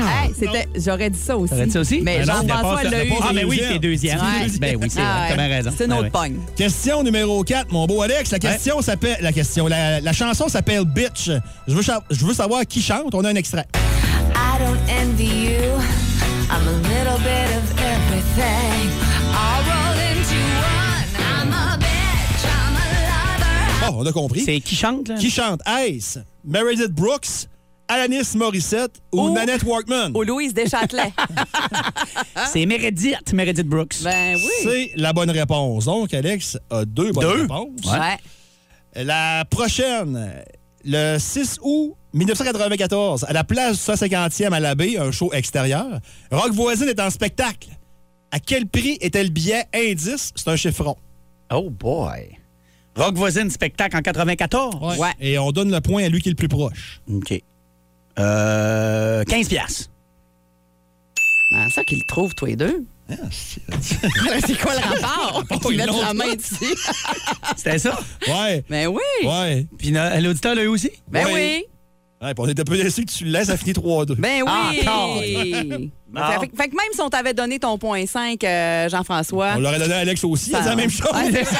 Hey, c'était- J'aurais dit ça aussi.
T'aurais dit ça aussi?
Mais
Ben non,
Jean-François
dépasse le-
l'a eu.
Ah, ben oui,
Deuxième.
t'es deuxième.
Ouais.
Ben oui, c'est
Ah,
vrai. T'as bien
ouais.
raison.
C'est une
Ben
autre
oui.
pogne.
Question numéro 4, mon beau Alex. La
Ouais.
question s'appelle... La question. La, la chanson s'appelle « Bitch ». Je veux, cha- je veux savoir qui chante. On a un extrait.
I don't envy you. I'm a little bit of everything. I'll roll into one. I'm a bitch. I'm a lover.
Bon, Oh, on a compris.
Ah. C'est qui chante, là?
Qui chante? Ace, Meredith Brooks, Alanis Morissette ou
Ou-
Nanette Workman?
Au Louise Deschâtelet.
C'est Meredith, Meredith Brooks.
Ah. ben oui.
C'est la bonne réponse. Donc, Alex a deux bonnes
Deux?
réponses.
Ouais.
La prochaine, le 6 août 1994, à la place du 150e à l'abbé, un show extérieur, Rock Voisine est en spectacle. À quel prix était le billet indice? C'est un chiffron.
Oh boy. Rock voisine spectacle en 94.
Ouais.
Et on donne le point à lui qui est le plus proche.
OK. Euh, 15 piastres.
Ben, ça qu'ils le trouvent, toi et deux.
Ah,
c'est quoi le rapport?
ils
Ils mettent
l'ont
la main ici.
C'était ça?
Ouais,
Ben oui.
ouais.
Puis na- l'auditeur l'a eu aussi?
Ben
Ouais.
oui.
Ouais, puis on était un peu déçus que tu le laisses à finir 3-2.
Ben
Ah,
oui. Ben,
Bon.
Fait, fait- fait que même si on t'avait donné ton point 5, euh, Jean-François.
On l'aurait donné à Alex aussi, il a dit
Ça-
la même chose.
Ouais, c'est ça.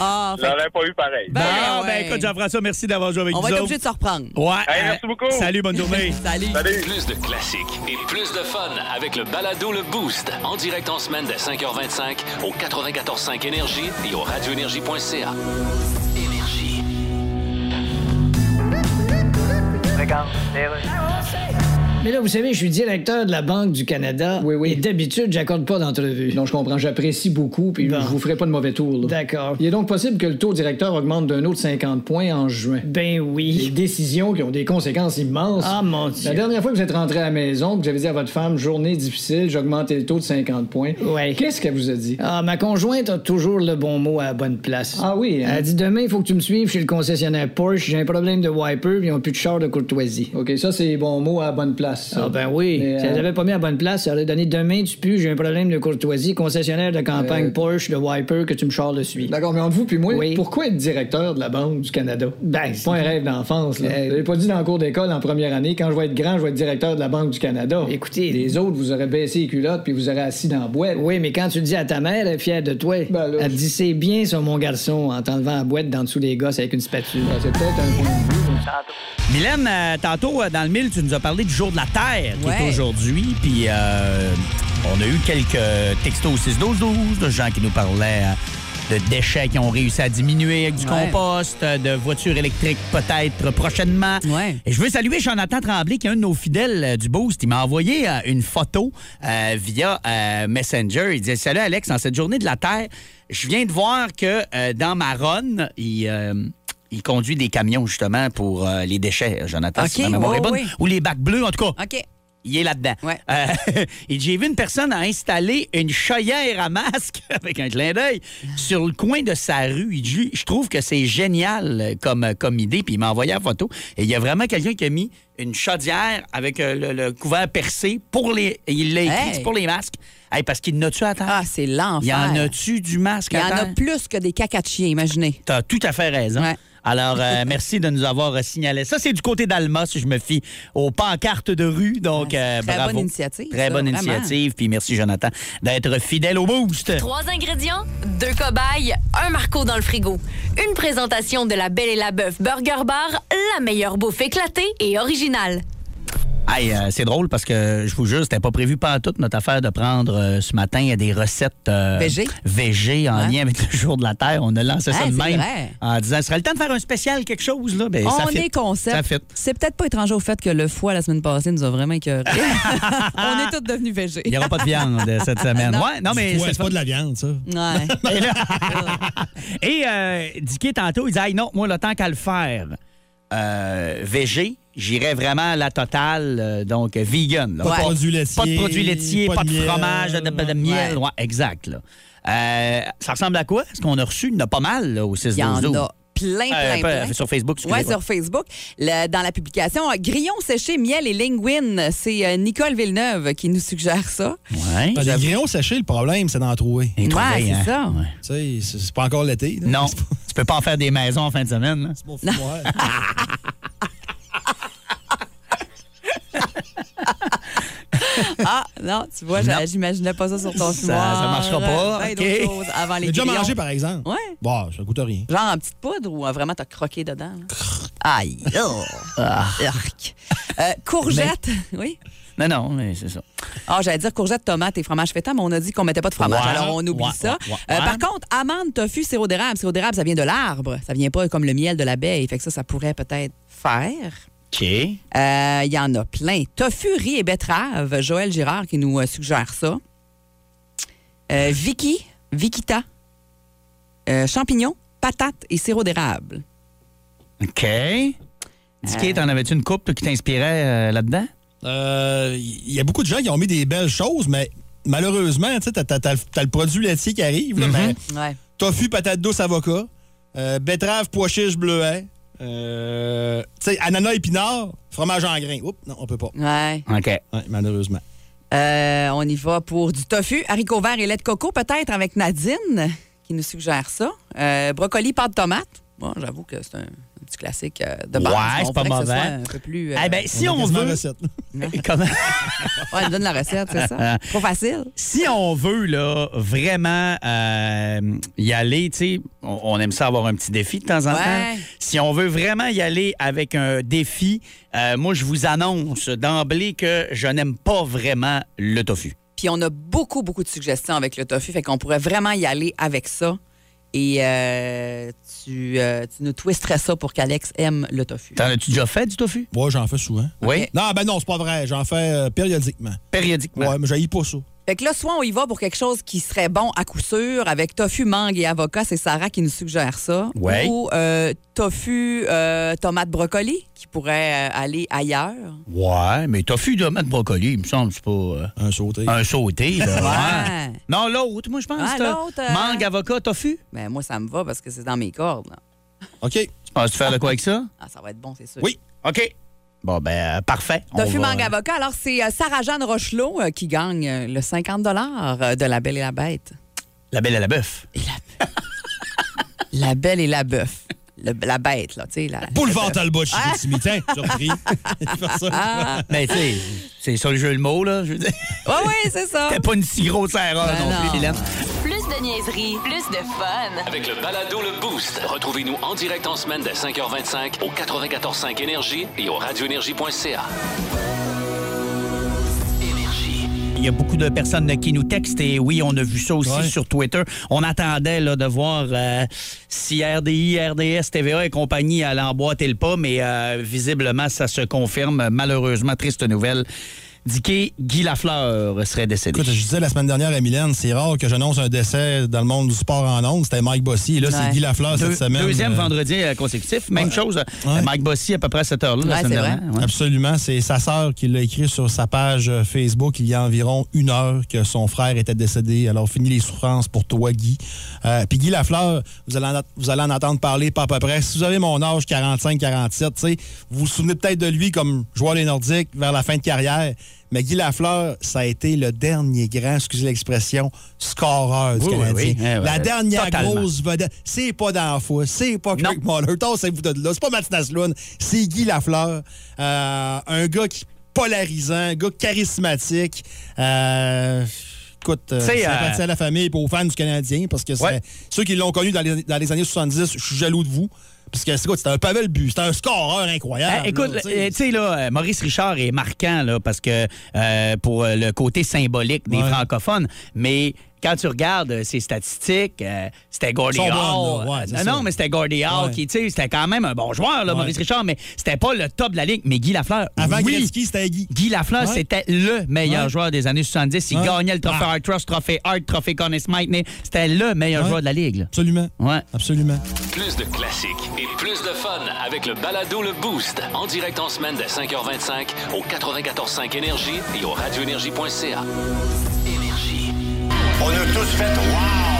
ah,
Je l'aurais pas eu pareil.
Ben,
Bon,
ouais.
ben écoute, Jean-François, merci d'avoir joué avec
on
nous
va être
autres.
obligé de se reprendre.
Ouais.
Hey, merci beaucoup.
Salut, bonne journée.
Salut.
Salut.
Plus de classiques et plus de fun avec le balado Le Boost. En direct en semaine dès 5h25 au 94.5 Énergie et au radioénergie.ca. Énergie.
Regarde, les rues.
Mais là, vous savez, je suis directeur de la Banque du Canada. Oui, oui. Et d'habitude, j'accorde pas d'entrevue. Non, je comprends. J'apprécie beaucoup, puis je vous ferai pas de mauvais tour. D'accord. Il est donc possible que le taux directeur augmente d'un autre 50 points en juin. Ben oui. Des décisions qui ont des conséquences immenses. Ah, mon Dieu. La dernière fois que vous êtes rentré à la maison, que j'avais dit à votre femme, journée difficile, j'ai augmenté le taux de 50 points. Ouais. Qu'est-ce qu'elle vous a dit? Ah, ma conjointe a toujours le bon mot à la bonne place. Ah oui, Elle dit demain, il faut que tu me suives chez le concessionnaire Porsche. J'ai un problème de wiper, puis ils ont plus de char de courtoisie. OK, ça, c'est bon mot à la bonne place. Ah ben oui. Si elle l'avait pas mis à la bonne place, ça aurait donné demain, tu pues, j'ai un problème de courtoisie, concessionnaire de campagne Porsche, de wiper, que tu me charles dessus. Euh, D'accord, mais entre vous puis moi, pourquoi être directeur de la Banque du Canada? Ben, c'est Euh, pas un rêve d'enfance, là. Vous l'avez pas dit dans le cours d'école en première année, quand je vais être grand, je vais être directeur de la Banque du Canada. Écoutez. Les autres, vous aurez baissé les culottes puis vous aurez assis dans la boîte. Ben Oui, mais quand tu dis à ta mère, elle est fière de toi. elle dit c'est bien sur mon garçon en t'enlevant la boîte d'en dessous des gosses avec une spatule. Ben, c'est peut-être un point de vue.
Mylène, euh, tantôt, euh, dans le mille, tu nous as parlé du jour de la Terre, qui est
Ouais.
aujourd'hui. Puis euh, on a eu quelques textos au 6-12-12 de gens qui nous parlaient euh, de déchets qui ont réussi à diminuer avec du
Ouais.
compost, euh, de voitures électriques peut-être prochainement.
Ouais.
Et je veux saluer Jonathan Tremblay, qui est un de nos fidèles euh, du Boost. Il m'a envoyé euh, une photo euh, via euh, Messenger. Il disait Salut Alex, en cette journée de la Terre, je viens de voir que euh, dans ma run, il, euh, il conduit des camions, justement, pour euh, les déchets, Jonathan,
OK,
si ma mémoire
oui,
est bonne.
oui.
Ou les bacs bleus, en tout cas.
OK.
Il est là-dedans. Euh, et J'ai vu une personne a installé une chaudière à masque avec un clin d'œil sur le coin de sa rue. Il dit, je trouve que c'est génial euh, comme, comme idée. Puis il m'a envoyé la photo. Et il y a vraiment quelqu'un qui a mis une chaudière avec euh, le, le couvert percé pour les. Il l'a écrit,
Hey.
c'est pour les masques. Hey, parce qu'il n'a-tu à terre?
Ah, c'est l'enfer.
Il y en a-tu du masque
Il y
à
en a
terre?
plus que des cacas de chien, imaginez.
T'as tout à fait raison.
Ouais.
Alors, euh, merci de nous avoir euh, signalé. Ça, c'est du côté d'Alma, si je me fie aux pancartes de rue. Donc, euh,
très
bravo.
bonne initiative,
Très
ça,
bonne
vraiment.
initiative. Puis merci, Jonathan, d'être fidèle au boost.
Trois ingrédients, deux cobayes, un Marco dans le frigo. Une présentation de la Belle et la Bœuf Burger Bar, la meilleure bouffe éclatée et originale.
Hey, euh, c'est drôle parce que, je vous jure, c'était pas prévu pas toute notre affaire de prendre euh, ce matin des recettes euh,
VG.
VG en
Ouais.
lien avec le jour de la Terre. On a lancé ça
Hey,
de
c'est
même
vrai.
en disant, ce serait le temps de faire un spécial quelque chose. Là. Ben, ça
On
fit.
est concept.
Ça fit.
C'est peut-être pas étranger au fait que le foie la semaine passée nous a vraiment écœurés. On est tous devenus végés.
Il n'y aura pas de viande euh, cette semaine.
Non.
Ouais, non, mais
Ouais, c'est pas de la viande, ça.
Ouais.
Et, là- Et, euh, Dicky, tantôt, il dit Hey, non, moi, le temps qu'à le faire, euh, VG, j'irais vraiment à la totale, euh, donc vegan. là.
Pas de produits laitiers,
Pas de produits laitiers,
pas
pas
de
de,
miel.
fromage, de, de- de miel. Ouais, exact. là. Euh, ça ressemble à quoi? Ce qu'on a reçu, il y en a pas mal là, au 6
Il y en
12
a plein, plein, plein.
Euh, Sur Facebook, excusez
Ouais, sur Facebook. Le- dans la publication, euh, grillon séché, miel et linguine. C'est euh, Nicole Villeneuve qui nous suggère ça.
Ouais.
Ben, les grillons séchés, le problème, c'est d'en trouver.
Et
Ouais,
trouver,
c'est
hein.
ça.
Ouais.
Tu sais, c'est c'est pas encore l'été. là.
Non, tu peux pas en faire des maisons en fin de semaine. là.
C'est mon foutoir.
Ah, non, tu vois, j'a- j'imaginais pas ça sur ton
Ça-
fumoir.
ça marchera pas,
Ben,
OK.
d'autres choses avant les
J'ai déjà
grillons.
mangé, par exemple.
Ouais.
Bon, ça coûte rien.
Genre en petite poudre ou euh, vraiment t'as croqué dedans? là? Aïe! oh, Urk. Euh, courgette, oui.
Non, non, mais c'est ça.
Ah, j'allais dire courgette, tomate et fromage feta, mais on a dit qu'on mettait pas de fromage,
Ouais,
alors on oublie
ouais,
ça.
ouais, ouais,
Euh,
ouais.
Par contre, amande, tofu, sirop d'érable. Sirop d'érable, ça vient de l'arbre. Ça vient pas comme le miel de l'abeille. Fait que ça, ça pourrait peut-être faire.
OK.
Euh, Il y en a plein. Tofu, riz et betterave. Joël Girard qui nous euh, suggère ça. Euh, Vicky, Vikita. Euh, champignons, patates et sirop d'érable.
OK. Dicky, t'en avais-tu une coupe qui t'inspirait euh, là-dedans?
Euh, Il y a beaucoup de gens qui ont mis des belles choses, mais malheureusement, tu sais, t'as, t'as- t'as le- t'as le produit laitier qui arrive. là,
Ben.
mais
Ouais.
tofu, patate douce, avocat, euh, betterave, pois chiche, bleuet, euh, tu sais, ananas, épinard, fromage en grains. Oups, non, on peut pas.
Ouais.
OK.
Ouais, malheureusement.
Euh, on y va pour du tofu, haricots verts et lait de coco, peut-être avec Nadine qui nous suggère ça. Euh, brocoli, pâte tomate. Bon, j'avoue que c'est un, un petit classique euh, de base.
Ouais,
On
c'est pas
voudrait que ce
mauvais.
soit un peu plus. euh,
Eh ben, si
a
on,
quasiment
veut.
recette.
Comment-
ouais, elle donne la recette, c'est ça. Trop facile.
si on veut là, vraiment euh, y aller, tu sais, on, on aime ça avoir un petit défi de temps en
Ouais.
temps. Si on veut vraiment y aller avec un défi, euh, moi, je vous annonce d'emblée que je n'aime pas vraiment le tofu.
Puis on a beaucoup, beaucoup de suggestions avec le tofu, fait qu'on pourrait vraiment y aller avec ça. Et euh, tu, euh, tu nous twisterais ça pour qu'Alex aime le tofu.
T'en as-tu déjà fait du tofu?
Moi, j'en fais souvent.
Oui.
Non, ben non, c'est pas vrai. J'en fais euh, périodiquement.
Périodiquement.
Ouais, mais j'haïs pas ça.
Fait que là, soit on y va pour quelque chose qui serait bon à coup sûr, avec tofu, mangue et avocat, c'est Sarah qui nous suggère ça.
Ouais.
Ou euh, tofu, euh, tomate, brocoli, qui pourrait euh, aller ailleurs.
Ouais, mais tofu, tomate, brocoli, il me semble, c'est pas. euh,
Un sauté.
Un sauté, là.
Ouais.
ouais. Non, l'autre, moi, je pense.
Ouais,
t'as-
l'autre, euh,
Mangue, avocat, tofu.
Ben, moi, ça me va parce que c'est dans mes cordes. là.
OK.
Tu penses-tu faire de quoi avec ça?
Ah, ça va être bon, c'est sûr.
Oui.
OK. Bon, ben, euh, parfait. On
Tofu,
va- hein.
mangue, avocat. Alors, c'est euh, Sarah-Jeanne Rochelot euh, qui gagne euh, le 50 euh, de La Belle et la Bête.
La belle à la bœuf.
La Belle et la Bœuf. Le- la bête, là, tu sais. la-
Boulevard Talbot, je
Ah.
suis timide. Surpris. Faire ça.
Mais Ben, tu sais, c'est ça le jeu le mot, là. Je veux dire,
Ouais, oui, c'est ça.
c'était pas une si grosse erreur
Ben
non,
non.
plus, Mylène.
Plus de niaiserie, plus de fun.
Avec le balado Le Boost, retrouvez-nous en direct en semaine dès 5h25 au 94.5 Énergie et au radioénergie.ca. Énergie.
Il y a beaucoup de personnes qui nous textent et oui, on a vu ça aussi
Ouais.
sur Twitter. On attendait là, de voir euh, si RDI, RDS, TVA et compagnie allaient emboîter le pas, mais euh, visiblement, ça se confirme. Malheureusement, triste nouvelle. Dicky Guy Lafleur serait décédé.
Écoute, je disais la semaine dernière à Mylène, c'est rare que j'annonce un décès dans le monde du sport en ondes. C'était Mike Bossy. Et là, c'est
Ouais.
Guy Lafleur
Deux-
cette semaine.
Deuxième
Euh,
vendredi euh, consécutif. Même chose. euh,
Ouais.
Mike Bossy, à peu près à cette heure-là, la semaine dernière. Hein, Ouais.
Absolument. C'est sa sœur qui l'a écrit sur sa page euh, Facebook il y a environ une heure que son frère était décédé. Alors, fini les souffrances pour toi, Guy. Euh, Puis Guy Lafleur, vous allez, en, vous allez en entendre parler pas à peu près. Si vous avez mon âge, 45-47, tu sais, vous vous souvenez peut-être de lui comme joueur des Nordiques vers la fin de carrière. Mais Guy Lafleur, ça a été le dernier grand, excusez l'expression, scoreur du
Oui, oui,
Canadien.
oui. Eh,
La
ouais,
dernière
totalement.
grosse vedette. C'est pas Danfois, c'est pas Craig Muller. Tassez-vous de là. C'est pas Matt Naslund, c'est Guy Lafleur. Euh, un gars qui polarisant, un gars charismatique. Euh, écoute, euh,
Tu sais,
sympathie
euh,
à la famille et aux fans du Canadien parce que c'est-
Ouais.
ceux qui l'ont connu dans les, dans les années 70, je suis jaloux de vous. Parce que c'est quoi, c'était un pavel but, c'était un scoreur incroyable.
Eh, écoute,
là, tu sais.
euh, tu sais, là, euh, Maurice Richard est marquant, là, parce que euh, pour euh, le côté symbolique des
Ouais.
francophones, mais. Quand tu regardes euh, ses statistiques, euh, c'était Gordy
Sont
Hall.
bonnes, là, ouais,
Euh,
c'est
non,
ça.
non, mais c'était Gordy Hall
Ouais.
qui, tu sais, c'était quand même un bon joueur, là,
Ouais.
Maurice Richard, mais c'était pas le top de la ligue. Mais Guy Lafleur,
Avant
oui,
Gretzky, c'était Guy.
Guy Lafleur,
Ouais.
c'était le meilleur
Ouais.
joueur des années 70. Il
Ouais.
gagnait le trophée
Ah.
Hart Trust, trophée Hart, trophée Conn Smythe. mais C'était le meilleur
Ouais.
joueur de la ligue. là.
Absolument.
Ouais.
Absolument.
Plus de classiques et plus de fun avec le balado Le Boost. En direct en semaine dès 5h25 au 94.5 Énergie et au radioénergie.ca.
On a tous fait wow!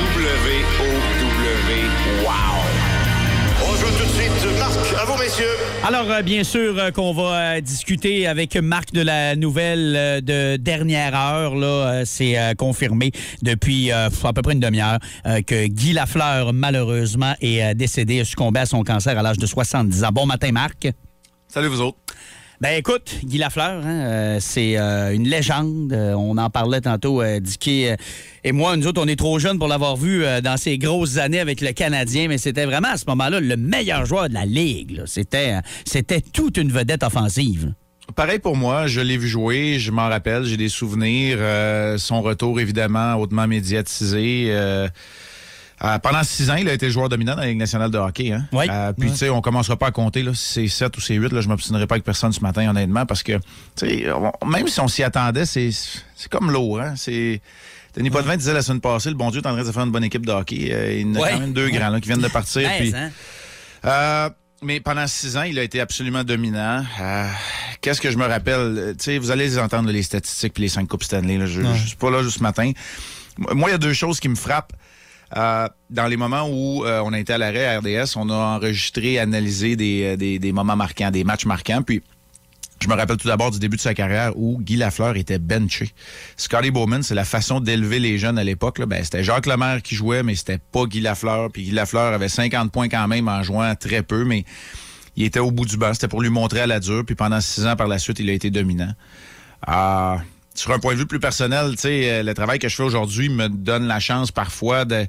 W-O-W, wow! On joue tout de suite. Marc, à vous, messieurs.
Alors, euh, bien sûr euh, qu'on va euh, discuter avec Marc de la nouvelle euh, de dernière heure. Là, Euh, c'est euh, confirmé depuis euh, à peu près une demi-heure euh, que Guy Lafleur, malheureusement, est euh, décédé et succombé à son cancer à l'âge de 70 ans. Bon matin, Marc.
Salut, vous autres.
Ben écoute, Guy Lafleur, hein, euh, c'est euh, une légende. Euh, on en parlait tantôt, euh, Dicky euh, et moi, nous autres, on est trop jeunes pour l'avoir vu euh, dans ses grosses années avec le Canadien, mais c'était vraiment à ce moment-là le meilleur joueur de la Ligue. là. C'était, euh, c'était toute une vedette offensive.
Pareil pour moi, je l'ai vu jouer, je m'en rappelle, j'ai des souvenirs. Euh, son retour, évidemment, hautement médiatisé. Euh, euh, pendant six ans, il a été joueur dominant dans la Ligue nationale de hockey. Hein? Euh, puis, tu sais, on commencera pas à compter là, si c'est sept ou c'est huit. Là, je m'obstinerai pas avec personne ce matin, honnêtement, parce que, tu sais, on- même si on s'y attendait, c'est c'est comme l'eau. Hein? C'est... Denis Potvin disait la semaine passée, le bon Dieu est en train de faire une bonne équipe de hockey. Euh, il y en a
Ouais.
quand même deux grands là, qui viennent de partir.
Ben,
puis-
hein?
Euh, mais pendant six ans, il a été absolument dominant. Euh, Qu'est-ce que je me rappelle? Euh, Tu sais, vous allez les entendre, là, les statistiques puis les cinq Coupes Stanley. Là. Je
Ouais.
ne suis pas là juste ce matin. M- Moi, il y a deux choses qui me frappent. Euh, dans les moments où euh, on a été à l'arrêt à RDS, on a enregistré, analysé des, euh, des- des moments marquants, des matchs marquants. Puis, je me rappelle tout d'abord du début de sa carrière où Guy Lafleur était benché. Scotty Bowman, c'est la façon d'élever les jeunes à l'époque. là. Ben, c'était Jacques Lemaire qui jouait, mais c'était pas Guy Lafleur. Puis Guy Lafleur avait 50 points quand même en jouant très peu, mais il était au bout du banc. C'était pour lui montrer à la dure. Puis pendant six ans par la suite, il a été dominant. Ah, sur un point de vue plus personnel, tu sais, euh, le travail que je fais aujourd'hui me donne la chance parfois de-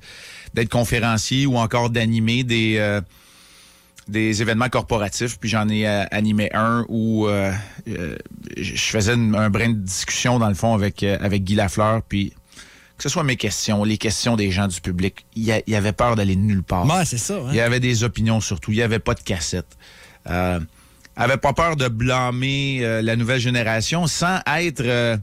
d'être conférencier ou encore d'animer des... euh, des événements corporatifs, puis j'en ai euh, animé un où euh, euh, je je faisais une- un brin de discussion, dans le fond, avec, euh, avec Guy Lafleur, puis que ce soit mes questions, les questions des gens du public, il y, a- il y avait peur d'aller nulle part.
Ouais, c'est ça, hein.
Il y avait des opinions surtout, il n'y avait pas de cassette. Euh, avait pas peur de blâmer euh, la nouvelle génération sans être... euh,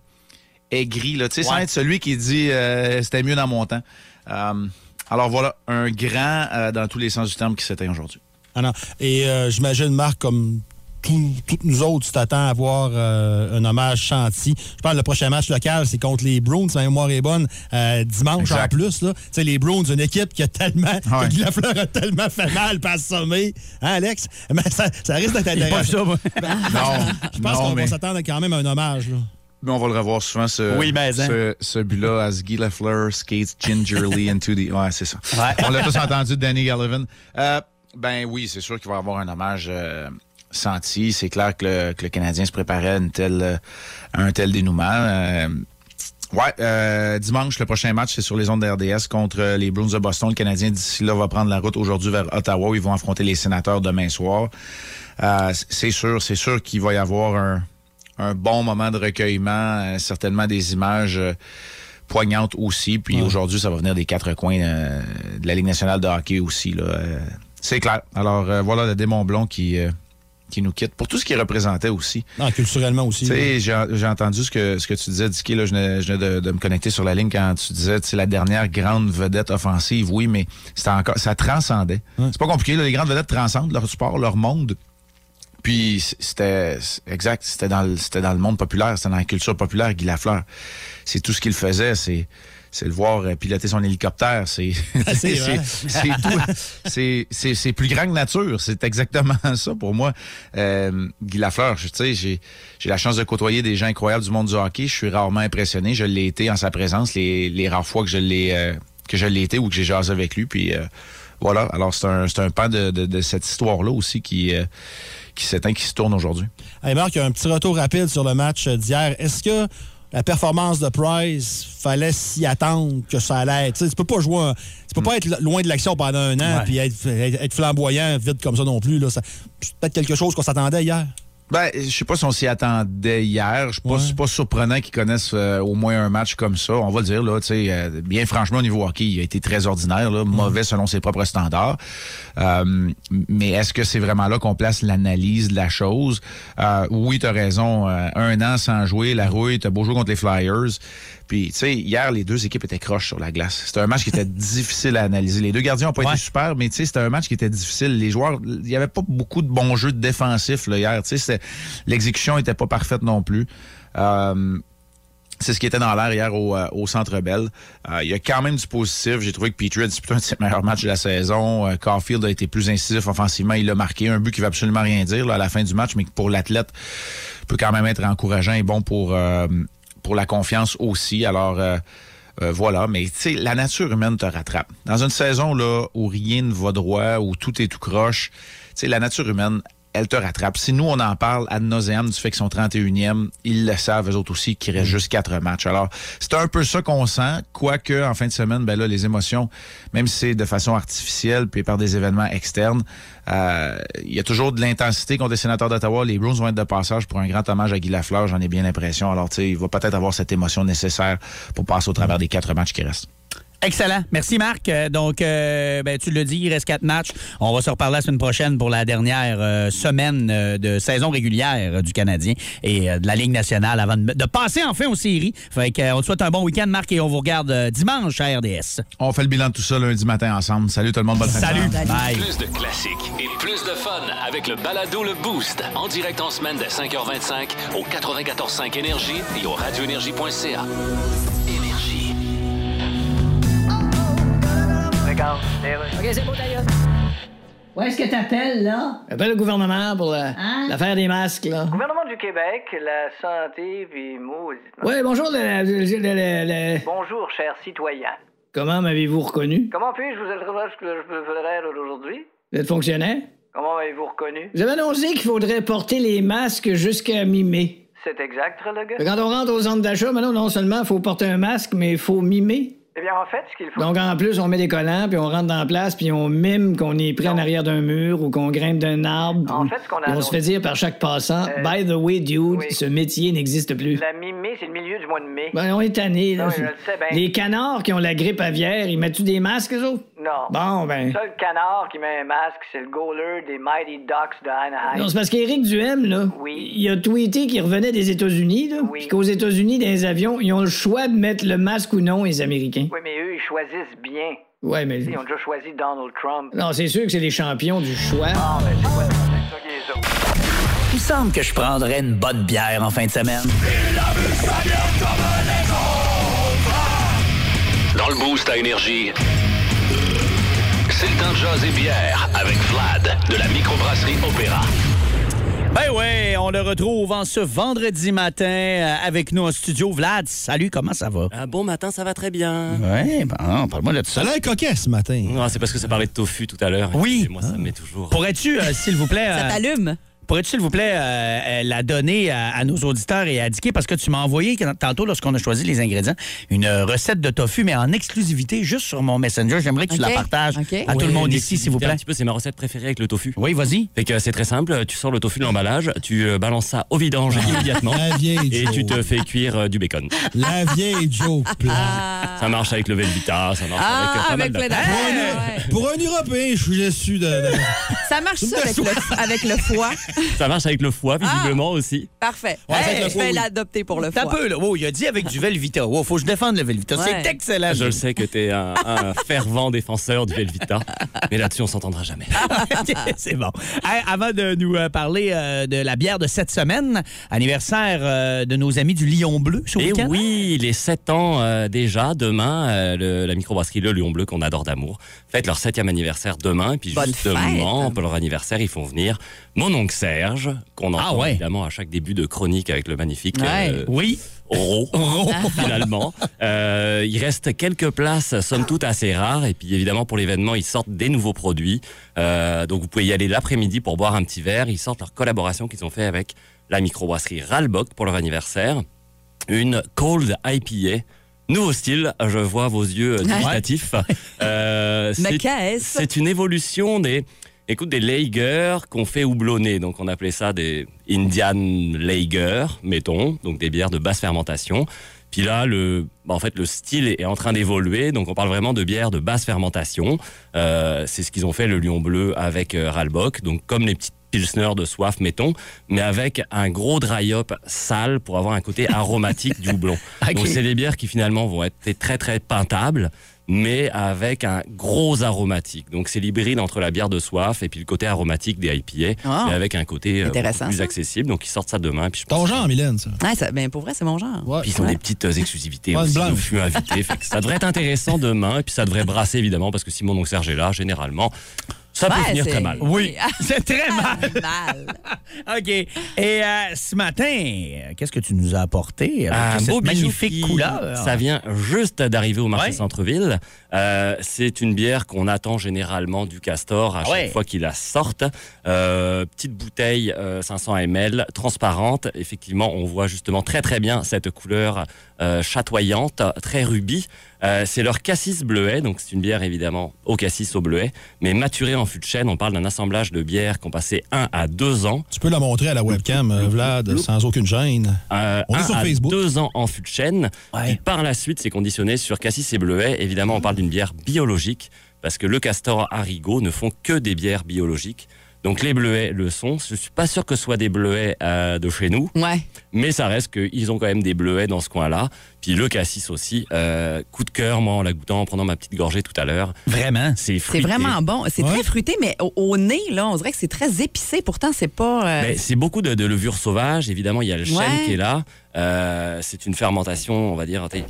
aigri, là, tu sais, sans être celui qui dit euh, c'était mieux dans mon temps. Euh, alors voilà, un grand euh, dans tous les sens du terme qui s'éteint aujourd'hui.
Ah non. Et euh, j'imagine, Marc, comme tout- toutes nous autres, tu t'attends à voir euh, un hommage chantier. Je pense que le prochain match local, c'est contre les Browns, si ma mémoire est bonne, euh, dimanche en
Exact.
plus. Là. Tu sais, Les Browns, une équipe qui a tellement.
Ouais.
que Guy Lafleur a tellement fait mal par sommet. Hein, Alex? Mais ça, ça risque d'être
J'ai pas vu
intéressant.
ça, moi.
Ben,
Non,
je pense
non,
qu'on
mais-
va s'attendre quand même à un hommage. là.
Mais on va le revoir souvent, ce,
Oui, mais, hein.
ce, ce but-là, as Guy Lafleur skates gingerly into the... Ouais, c'est ça.
Ouais.
On l'a tous entendu de Danny Gallivan. Euh, ben oui, c'est sûr qu'il va y avoir un hommage euh, senti. C'est clair que le, que le Canadien se préparait à, une telle, euh, à un tel dénouement. Euh, ouais, euh, dimanche, le prochain match, c'est sur les ondes de RDS contre les Bruins de Boston. Le Canadien, d'ici là, va prendre la route aujourd'hui vers Ottawa. où Ils vont affronter les sénateurs demain soir. Euh, c'est sûr, c'est sûr qu'il va y avoir un, un bon moment de recueillement, euh, certainement des images euh, poignantes aussi. Puis aujourd'hui, ça va venir des quatre coins euh, de la Ligue nationale de hockey aussi. là. Euh, c'est clair. Alors euh, voilà le démon blond qui, euh, qui nous quitte, pour tout ce qu'il représentait aussi.
Non, culturellement aussi.
Tu sais, j'ai j'ai entendu ce que, ce que tu disais, Dicky, là, je venais, je venais de, de me connecter sur la ligne quand tu disais, c'est la dernière grande vedette offensive, oui, mais c'était encore, ça transcendait. C'est pas compliqué, là, les grandes vedettes transcendent leur sport, leur monde. Puis c- c'était c- exact, c'était dans le c'était dans le monde populaire, c'était dans la culture populaire Guy Lafleur. C'est tout ce qu'il faisait, c'est c'est le voir euh, piloter son hélicoptère, c'est
Ah, c'est
c'est
vrai.
c'est tout. C'est- c'est c'est plus grand que nature, c'est exactement ça pour moi. Euh, Guy Lafleur, je- tu sais, j'ai j'ai la chance de côtoyer des gens incroyables du monde du hockey, je suis rarement impressionné, je l'ai été en sa présence les, les rares fois que je l'ai euh, que je l'ai été ou que j'ai jasé avec lui puis euh, voilà, alors c'est un, c'est un pan de, de- de cette histoire-là aussi qui, euh, qui s'éteint, qui se tourne aujourd'hui.
Hey Marc, un petit retour rapide sur le match euh, d'hier. Est-ce que la performance de Price, fallait s'y attendre que ça allait être? Tu sais, tu peux pas jouer, un- tu peux pas être lo- loin de l'action pendant un an
Ouais.
puis être, être- être flamboyant vite comme ça non plus. là. Ça- C'est peut-être quelque chose qu'on s'attendait hier.
Ben, je sais pas si on s'y attendait hier. Je pense c'est pas surprenant qu'ils connaissent euh, au moins un match comme ça. On va le dire là, tu sais, euh, bien franchement au niveau hockey, il a été très ordinaire, là, mauvais selon ses propres standards. Euh, mais est-ce que c'est vraiment là qu'on place l'analyse de la chose Euh, Oui, tu as raison. euh, un an sans jouer, la rouille, t'as beau jouer contre les Flyers. Puis tu sais, hier les deux équipes étaient croches sur la glace. C'était un match qui était difficile à analyser. Les deux gardiens ont pas été super, mais tu sais, c'était un match qui était difficile. Les joueurs, il y avait pas beaucoup de bons jeux défensifs là, hier. Tu sais, c'était- l'exécution était pas parfaite non plus. Euh, c'est ce qui était dans l'air hier au, euh, au Centre Bell. Euh, il y a quand même du positif. J'ai trouvé que Petrie a disputé un de ses meilleurs matchs de la saison. Euh, Caulfield a été plus incisif offensivement. Il a marqué un but qui ne veut absolument rien dire là, à la fin du match, mais qui pour l'athlète peut quand même être encourageant et bon pour, euh, pour la confiance aussi. Alors, euh, euh, voilà, mais tu sais, la nature humaine te rattrape. Dans une saison là, où rien ne va droit, où tout est tout croche, tu sais, la nature humaine, elle te rattrape. Si nous, on en parle ad nauseam du fait qu'ils sont 31e, ils le savent, eux autres aussi, qu'il reste juste quatre matchs. Alors, c'est un peu ça qu'on sent, quoique en fin de semaine, ben là, les émotions, même si c'est de façon artificielle puis par des événements externes, euh, il y a toujours de l'intensité contre les sénateurs d'Ottawa. Les Bruins vont être de passage pour un grand hommage à Guy Lafleur, j'en ai bien l'impression. Alors, tu sais, il va peut-être avoir cette émotion nécessaire pour passer au travers des quatre matchs qui restent.
Excellent. Merci, Marc. Euh, Donc, euh, ben, tu le dis, il reste quatre matchs. On va se reparler la semaine prochaine pour la dernière euh, semaine euh, de saison régulière euh, du Canadien et euh, de la Ligue nationale avant de, de passer enfin aux séries. Fait que, euh, on te souhaite un bon week-end, Marc, et on vous regarde euh, dimanche à RDS.
On fait le bilan de tout ça lundi matin ensemble. Salut tout le monde, bonne fin de
Salut.
semaine.
Plus de classiques et plus de fun avec le balado Le Boost. En direct en semaine dès 5h25 au 94.5 Énergie et au radioénergie.ca.
Regarde,
OK, c'est beau, d'ailleurs. Où est-ce que t'appelles, là?
Appelle le gouvernement pour euh, la-
Hein?
l'affaire des masques, là.
Gouvernement du Québec, la santé, puis mauditement.
Oui, bonjour, le- le- le- le- le-
Bonjour, chers citoyens.
Comment m'avez-vous reconnu?
Comment puis-je vous être ce que je peux faire aujourd'hui?
Vous êtes fonctionnaire?
Comment avez-vous reconnu?
Vous avez annoncé qu'il faudrait porter les masques jusqu'à mi-mai.
C'est exact, le gars?
Fait que Quand on rentre au centre d'achat, maintenant, non seulement il faut porter un masque, mais il faut mimer.
Eh bien, en fait, ce qu'il faut...
Donc, en plus, on met des collants, puis on rentre dans la place, puis on mime qu'on est pris en arrière d'un mur ou qu'on grimpe d'un arbre.
En fait, ce qu'on a
Et on se
annoncé-
fait dire par chaque passant,
Euh,
By the way, dude,
oui.
ce métier n'existe plus.
La mi-mai, c'est le milieu du mois de mai.
Ben, on est tanné.
Non, je le sais, ben-
Les canards qui ont la grippe aviaire, ils mettent-tu des masques, eux autres?
Non.
Bon, ben.
Le seul canard qui met un masque, c'est le goaler des Mighty Ducks de Anaheim.
Non, c'est parce qu'Éric Duhem, là, il a tweeté qu'il revenait des États-Unis, là, puis qu'aux États-Unis, dans les avions, ils ont le choix de mettre le masque ou non, les Américains.
Oui, mais eux, ils choisissent bien.
Ouais, mais-
Ils ont déjà choisi Donald Trump.
Non, c'est sûr que c'est les champions du choix.
Ah.
Il semble que je prendrais une bonne bière en fin de semaine.
Dans le Boost à Énergie, c'est le temps de jaser bière avec Vlad de la microbrasserie Opéra.
Ben ouais, on le retrouve en ce vendredi matin euh, avec nous en studio. Vlad, salut, comment ça
Ah
va?
ben.
Un bon matin, ça va très bien.
Ouais, bon, parle-moi de tout ça.
Ça a l'air coquet ce matin.
Non, Ah, c'est parce que ça parlait de tofu tout à l'heure.
Oui.
Moi, ça me met toujours.
Pourrais-tu, euh, s'il vous plaît...
Ça
euh,
t'allume.
Pourrais-tu, s'il vous plaît, euh, euh, la donner à, à nos auditeurs et à Dicky? Parce que tu m'as envoyé, quand- tantôt, lorsqu'on a choisi les ingrédients, une euh, recette de tofu, mais en exclusivité, juste sur mon Messenger. J'aimerais que tu
Ok,
la partages
ok.
à tout
Ouais,
le monde
une
ici,
Ah.
s'il vous
activité
plaît.
Un petit peu, c'est ma recette préférée avec le tofu.
Oui, vas-y.
Fait que c'est très simple. Tu sors le tofu de l'emballage, tu euh, balances ça au vidange immédiatement
La vieille
et
Joe.
tu te fais cuire euh, du bacon.
La vieille Joe
Ça marche avec le Velvita, ça marche
Ah,
avec euh, pas mal de...
Pour un Européen, je suis déçu de. de-
Ça marche ça avec le, avec le foie. Ah,
Ça marche avec le foie, visiblement aussi.
Parfait.
Ouais,
Hey,
avec le
je
foie,
vais
oui.
l'adopter pour le
T'as
foie.
peu, là. Wow, il a dit avec du Velvita. Wow, faut que je défende le Velvita.
Ouais.
C'est excellent.
Je le sais que t'es un, un fervent défenseur du Velvita, mais là-dessus, on s'entendra jamais.
Ah. C'est bon. Hey, avant de nous euh, parler euh, de la bière de cette semaine, anniversaire euh, de nos amis du Lion Bleu ce
Et
week-end.
Eh oui, les 7 ans euh, déjà, demain, euh, le- la microbrasserie Le Lion Bleu qu'on adore d'amour fête leur 7e anniversaire demain. Et puis
Bonne
justement, pour leur anniversaire, ils font venir mon oncle Serge, qu'on
Ah
entend évidemment à chaque début de chronique avec le magnifique...
Ouais. oui.
Ro,
Ah.
finalement. Euh, il reste quelques places, somme toute assez rares. Et puis évidemment, pour l'événement, ils sortent des nouveaux produits. Euh, donc vous pouvez y aller l'après-midi pour boire un petit verre. Ils sortent leur collaboration qu'ils ont fait avec la microbrasserie Ralbock pour leur anniversaire. Une Cold IPA. Nouveau style, je vois vos yeux euh,
Ouais.
dubitatifs. Euh,
Mais
c'est-
qu'est-ce?
C'est une évolution des, écoute, des Lager qu'on fait houblonner. Donc, on appelait ça des Indian Lager, mettons, donc des bières de basse fermentation. Puis là, le, bah, en fait, le style est- est en train d'évoluer. Donc, on parle vraiment de bières de basse fermentation. Euh, c'est ce qu'ils ont fait, le Lion Bleu, avec euh, Ralbock. Donc, comme les petites pilsner de soif, mettons, mais avec un gros dry-up sale pour avoir un côté aromatique du houblon.
Ok.
Donc, c'est des bières qui finalement vont être très très pintables, mais avec un gros aromatique. Donc c'est l'hybride entre la bière de soif et puis le côté aromatique des IPA,
Ah.
mais avec un côté euh,
Intéressant,
beaucoup plus
ça.
accessible. Donc ils sortent ça demain. Puis je pense
Ton genre, Mylène, ça.
Ouais, ça- ben, pour vrai, c'est mon genre.
puis ils ont des petites euh, exclusivités
Ouais, une
aussi.
blague.
donc je suis invité. Fait que ça devrait être intéressant demain. Et puis ça devrait brasser évidemment parce que si mon oncle Serge est là, généralement, ça peut
Ouais,
finir
c'est-
très mal.
Oui, c'est très mal.
mal.
OK. Et euh, ce matin, euh, qu'est-ce que tu nous as apporté avec
Un
cette
beau bijou
magnifique
qui-
couleur?
Ça vient juste d'arriver au marché centre-ville. Euh, c'est une bière qu'on attend généralement du castor à chaque
Ouais.
fois qu'il la sorte. Euh, petite bouteille euh, 500 ml, transparente. Effectivement, on voit justement très très bien cette couleur euh, chatoyante, très rubis. Euh, c'est leur cassis bleuet, donc c'est une bière évidemment au cassis au bleuet, mais maturée en fût de chêne. On parle d'un assemblage de bières qui ont passé 1 à 2 ans.
Tu peux la montrer à la webcam, euh, Vlad, sans aucune gêne.
Euh,
On est
un
sur
à
Facebook.
deux ans en fût de chêne. Puis par la suite, c'est conditionné sur cassis et bleuet. Évidemment, on parle d'une bière biologique parce que le castor haricot ne font que des bières biologiques. Donc les bleuets le sont. Je suis pas sûr que ce soit des bleuets euh, de chez nous,
Ouais.
mais ça reste qu'ils ont quand même des bleuets dans ce coin-là. Puis le cassis aussi. euh, coup de cœur, moi, en la goûtant, en prenant ma petite gorgée tout à l'heure.
Vraiment?
C'est
C'est
fruité.
vraiment bon. C'est très fruité, mais au, au nez, là, on dirait que c'est très épicé. Pourtant, c'est pas. euh,
Ben, c'est beaucoup de, de levure sauvage. Évidemment, il y a le chêne
Ouais.
qui est là. Euh, c'est une fermentation, on va dire, t'es-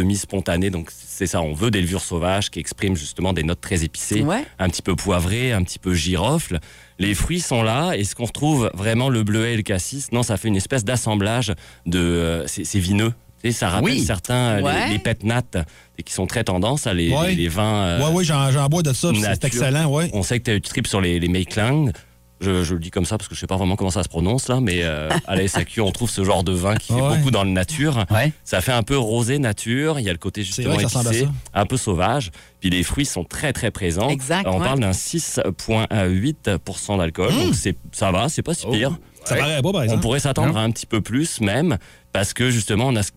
semi-spontanée. Donc, c'est ça. On veut des levures sauvages qui expriment justement des notes très épicées,
Ouais.
un petit peu poivrées, un petit peu girofle. Les fruits sont là. Et ce qu'on retrouve vraiment, le bleuet et le cassis, non, ça fait une espèce d'assemblage de. euh, c'est c'est vineux. Tu sais, ça rappelle
Oui.
certains, euh,
Ouais.
les, les pet nat, et qui sont très tendance à les,
Ouais.
les- les vins. euh,
ouais, oui, j'en j'en bois de ça, puis c'est
nature.
excellent, ouais.
On sait que tu as eu trip sur les, les Meiklang. Je, je le dis comme ça parce que je sais pas vraiment comment ça se prononce là, mais euh, à la SAQ, on trouve ce genre de vin
Ah
qui
Ouais.
est beaucoup dans le nature.
Ouais.
Ça fait un peu rosé nature. Il y a le côté justement
vrai que ça ressemble à
épicé, un peu sauvage. Puis les fruits sont très très présents.
Exact,
on
ouais.
parle d'un 6,8% d'alcool, donc c'est ça va, c'est pas si pire.
Hum, Ça paraît pas, par
On
exemple.
pourrait s'attendre à un petit peu plus même, parce que justement, on a ce-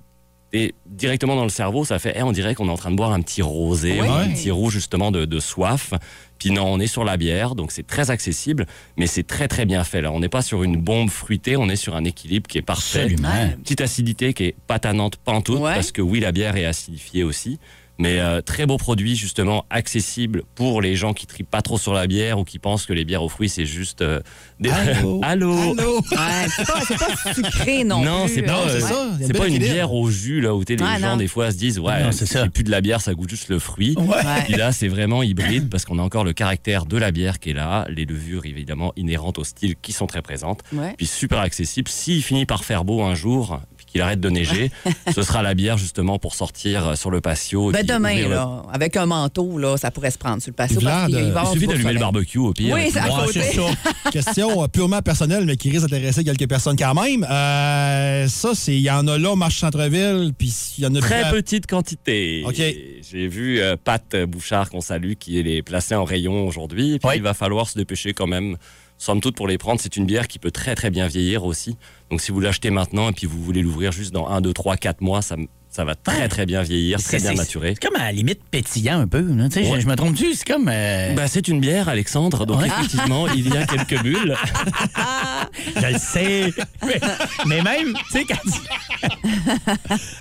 et directement dans le cerveau, ça fait, Eh, on dirait qu'on est en train de boire un petit rosé,
Ouais.
ou un petit rouge justement de, de soif. Puis non, on est sur la bière, donc c'est très accessible, mais c'est très très bien fait. Là, on n'est pas sur une bombe fruitée, on est sur un équilibre qui est parfait.
Absolument. Ouais.
Petite acidité qui est patanante pantoute,
Ouais.
parce que oui, la bière est acidifiée aussi. Mais euh, très beau produit, justement, accessible pour les gens qui tripent pas trop sur la bière ou qui pensent que les bières aux fruits, c'est juste... euh, des...
Allô.
Allô.
ouais, c'est pas, c'est pas sucré non, plus. hein,
c'est pas,
Ouais.
il
euh,
y a
c'est
une
pas
belle
une
équilibre.
bière au jus là où t'es, les
Ouais,
gens
Ah, non.
des fois se disent ouais
Non, c'est
c'est plus de la bière ça goûte juste le fruit.
Ouais.
Puis là c'est vraiment hybride parce qu'on a encore le caractère de la bière qui est là, les levures évidemment inhérentes au style qui sont très présentes.
Ouais.
Puis super accessible. S'il finit par faire beau un jour puis qu'il arrête de neiger, ce sera la bière justement pour sortir euh, sur le patio. et
Ben,
puis
demain,
ouvrir le- euh,
là, avec un manteau, là, ça pourrait se prendre sur le patio. parce qu'il va y
il
avoir
suffit
du beau
d'allumer le
soleil.
barbecue au pire.
Oui,
et puis
c'est à
boire.
côté.
Question euh, purement personnelle, mais qui risque d'intéresser quelques personnes quand même. Euh, ça, c'est il y en a là, au marché centre-ville, puis il y en a plus
Très
Ah.
à-
petite quantité.
Ok.
J'ai vu euh, Pat Bouchard qu'on salue qui est placé en rayon aujourd'hui. Et puis il va falloir se dépêcher quand même. Somme toute pour les prendre, c'est une bière qui peut très très bien vieillir aussi. Donc si vous l'achetez maintenant et puis vous voulez l'ouvrir juste dans 1, 2, 3, 4 mois, ça, me- Ça va très, très bien vieillir, très bien
c'est-
maturer.
C'est comme à la limite pétillant un peu. là. Tu sais,
Ouais.
je, je me trompe-tu? C'est comme. euh,
Bah, c'est une bière, Alexandre, donc
Ouais.
effectivement, il y a quelques bulles.
Je le sais. Mais, mais même, tu sais, quand tu.
Plus,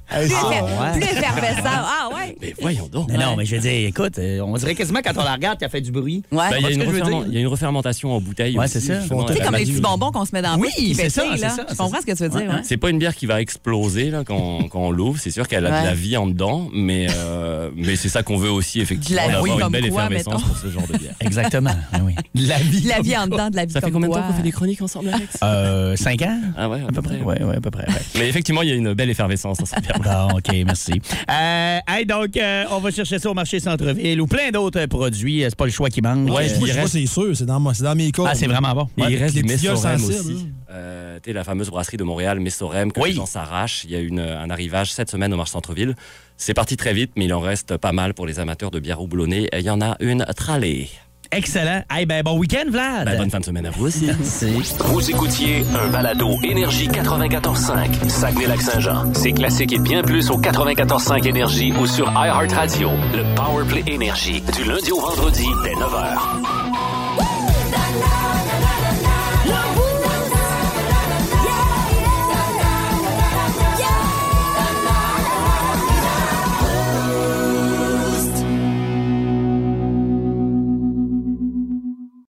Ah,
effer-
ouais.
plus effervescent. Ah ouais.
Mais voyons donc.
Non, non, mais je veux dire, écoute, euh, on dirait quasiment quand on la regarde qu'elle fait du bruit.
Ouais.
Bah, il, y a
Tu
une
vois ce que je veux
referment-
dire?
il y a une refermentation en bouteille.
Ouais,
aussi,
c'est ça.
justement,
Tu sais,
avec
comme
la
les petits
madure.
bonbons qu'on se met dans la
Oui,
bouche qui
c'est ça,
pétillent,
c'est
là.
ça,
Je
c'est
comprends ce que tu veux dire. hein.
C'est pas une bière qui va exploser là, quand, quand on l'ouvre. C'est sûr qu'elle a
Ouais.
de la vie en dedans, mais, euh, mais c'est ça qu'on veut aussi, effectivement,
De la vie
d'avoir une
comme
belle
quoi,
effervescence
mettons.
pour ce genre de bière.
Exactement. oui, oui. La vie.
La vie en dedans de la vie
Ça fait
comme
combien de
quoi.
temps qu'on fait des chroniques ensemble, Alex
Euh, cinq ans?
Ah ouais,
À peu près. Oui, ouais, à peu près. ouais.
Mais effectivement, il y a une belle effervescence dans cette bière.
Bon, OK, merci. Euh, hey, donc, euh, on va chercher ça au marché Centre-Ville ou plein d'autres euh, produits. Euh, C'est pas le choix qui manque.
Ouais,
Euh,
Moi, je
reste-
crois que c'est sûr, c'est dans, ma- c'est dans mes corps.
ah, c'est vraiment bon.
Et
Ouais.
il reste
les
du
petits yeux
Messorem
sensibles,
aussi. Euh, tu sais, la fameuse brasserie de Montréal, Messorem, que
Oui.
les gens s'arrachent. Il y a eu une- euh, un arrivage cette semaine au marché Centre-Ville. C'est parti très vite, mais il en reste pas mal pour les amateurs de bière houblonnée. Et Il y en a une tralée.
Excellent. Hey, ben, bon week-end, Vlad.
Ben, bonne fin de semaine à vous aussi.
Merci.
Vous écoutiez un balado Énergie 94.5, Saguenay-Lac-Saint-Jean. C'est classique et bien plus au 94.5 Énergie ou sur iHeartRadio. Le Powerplay Énergie, du lundi au vendredi, dès 9h.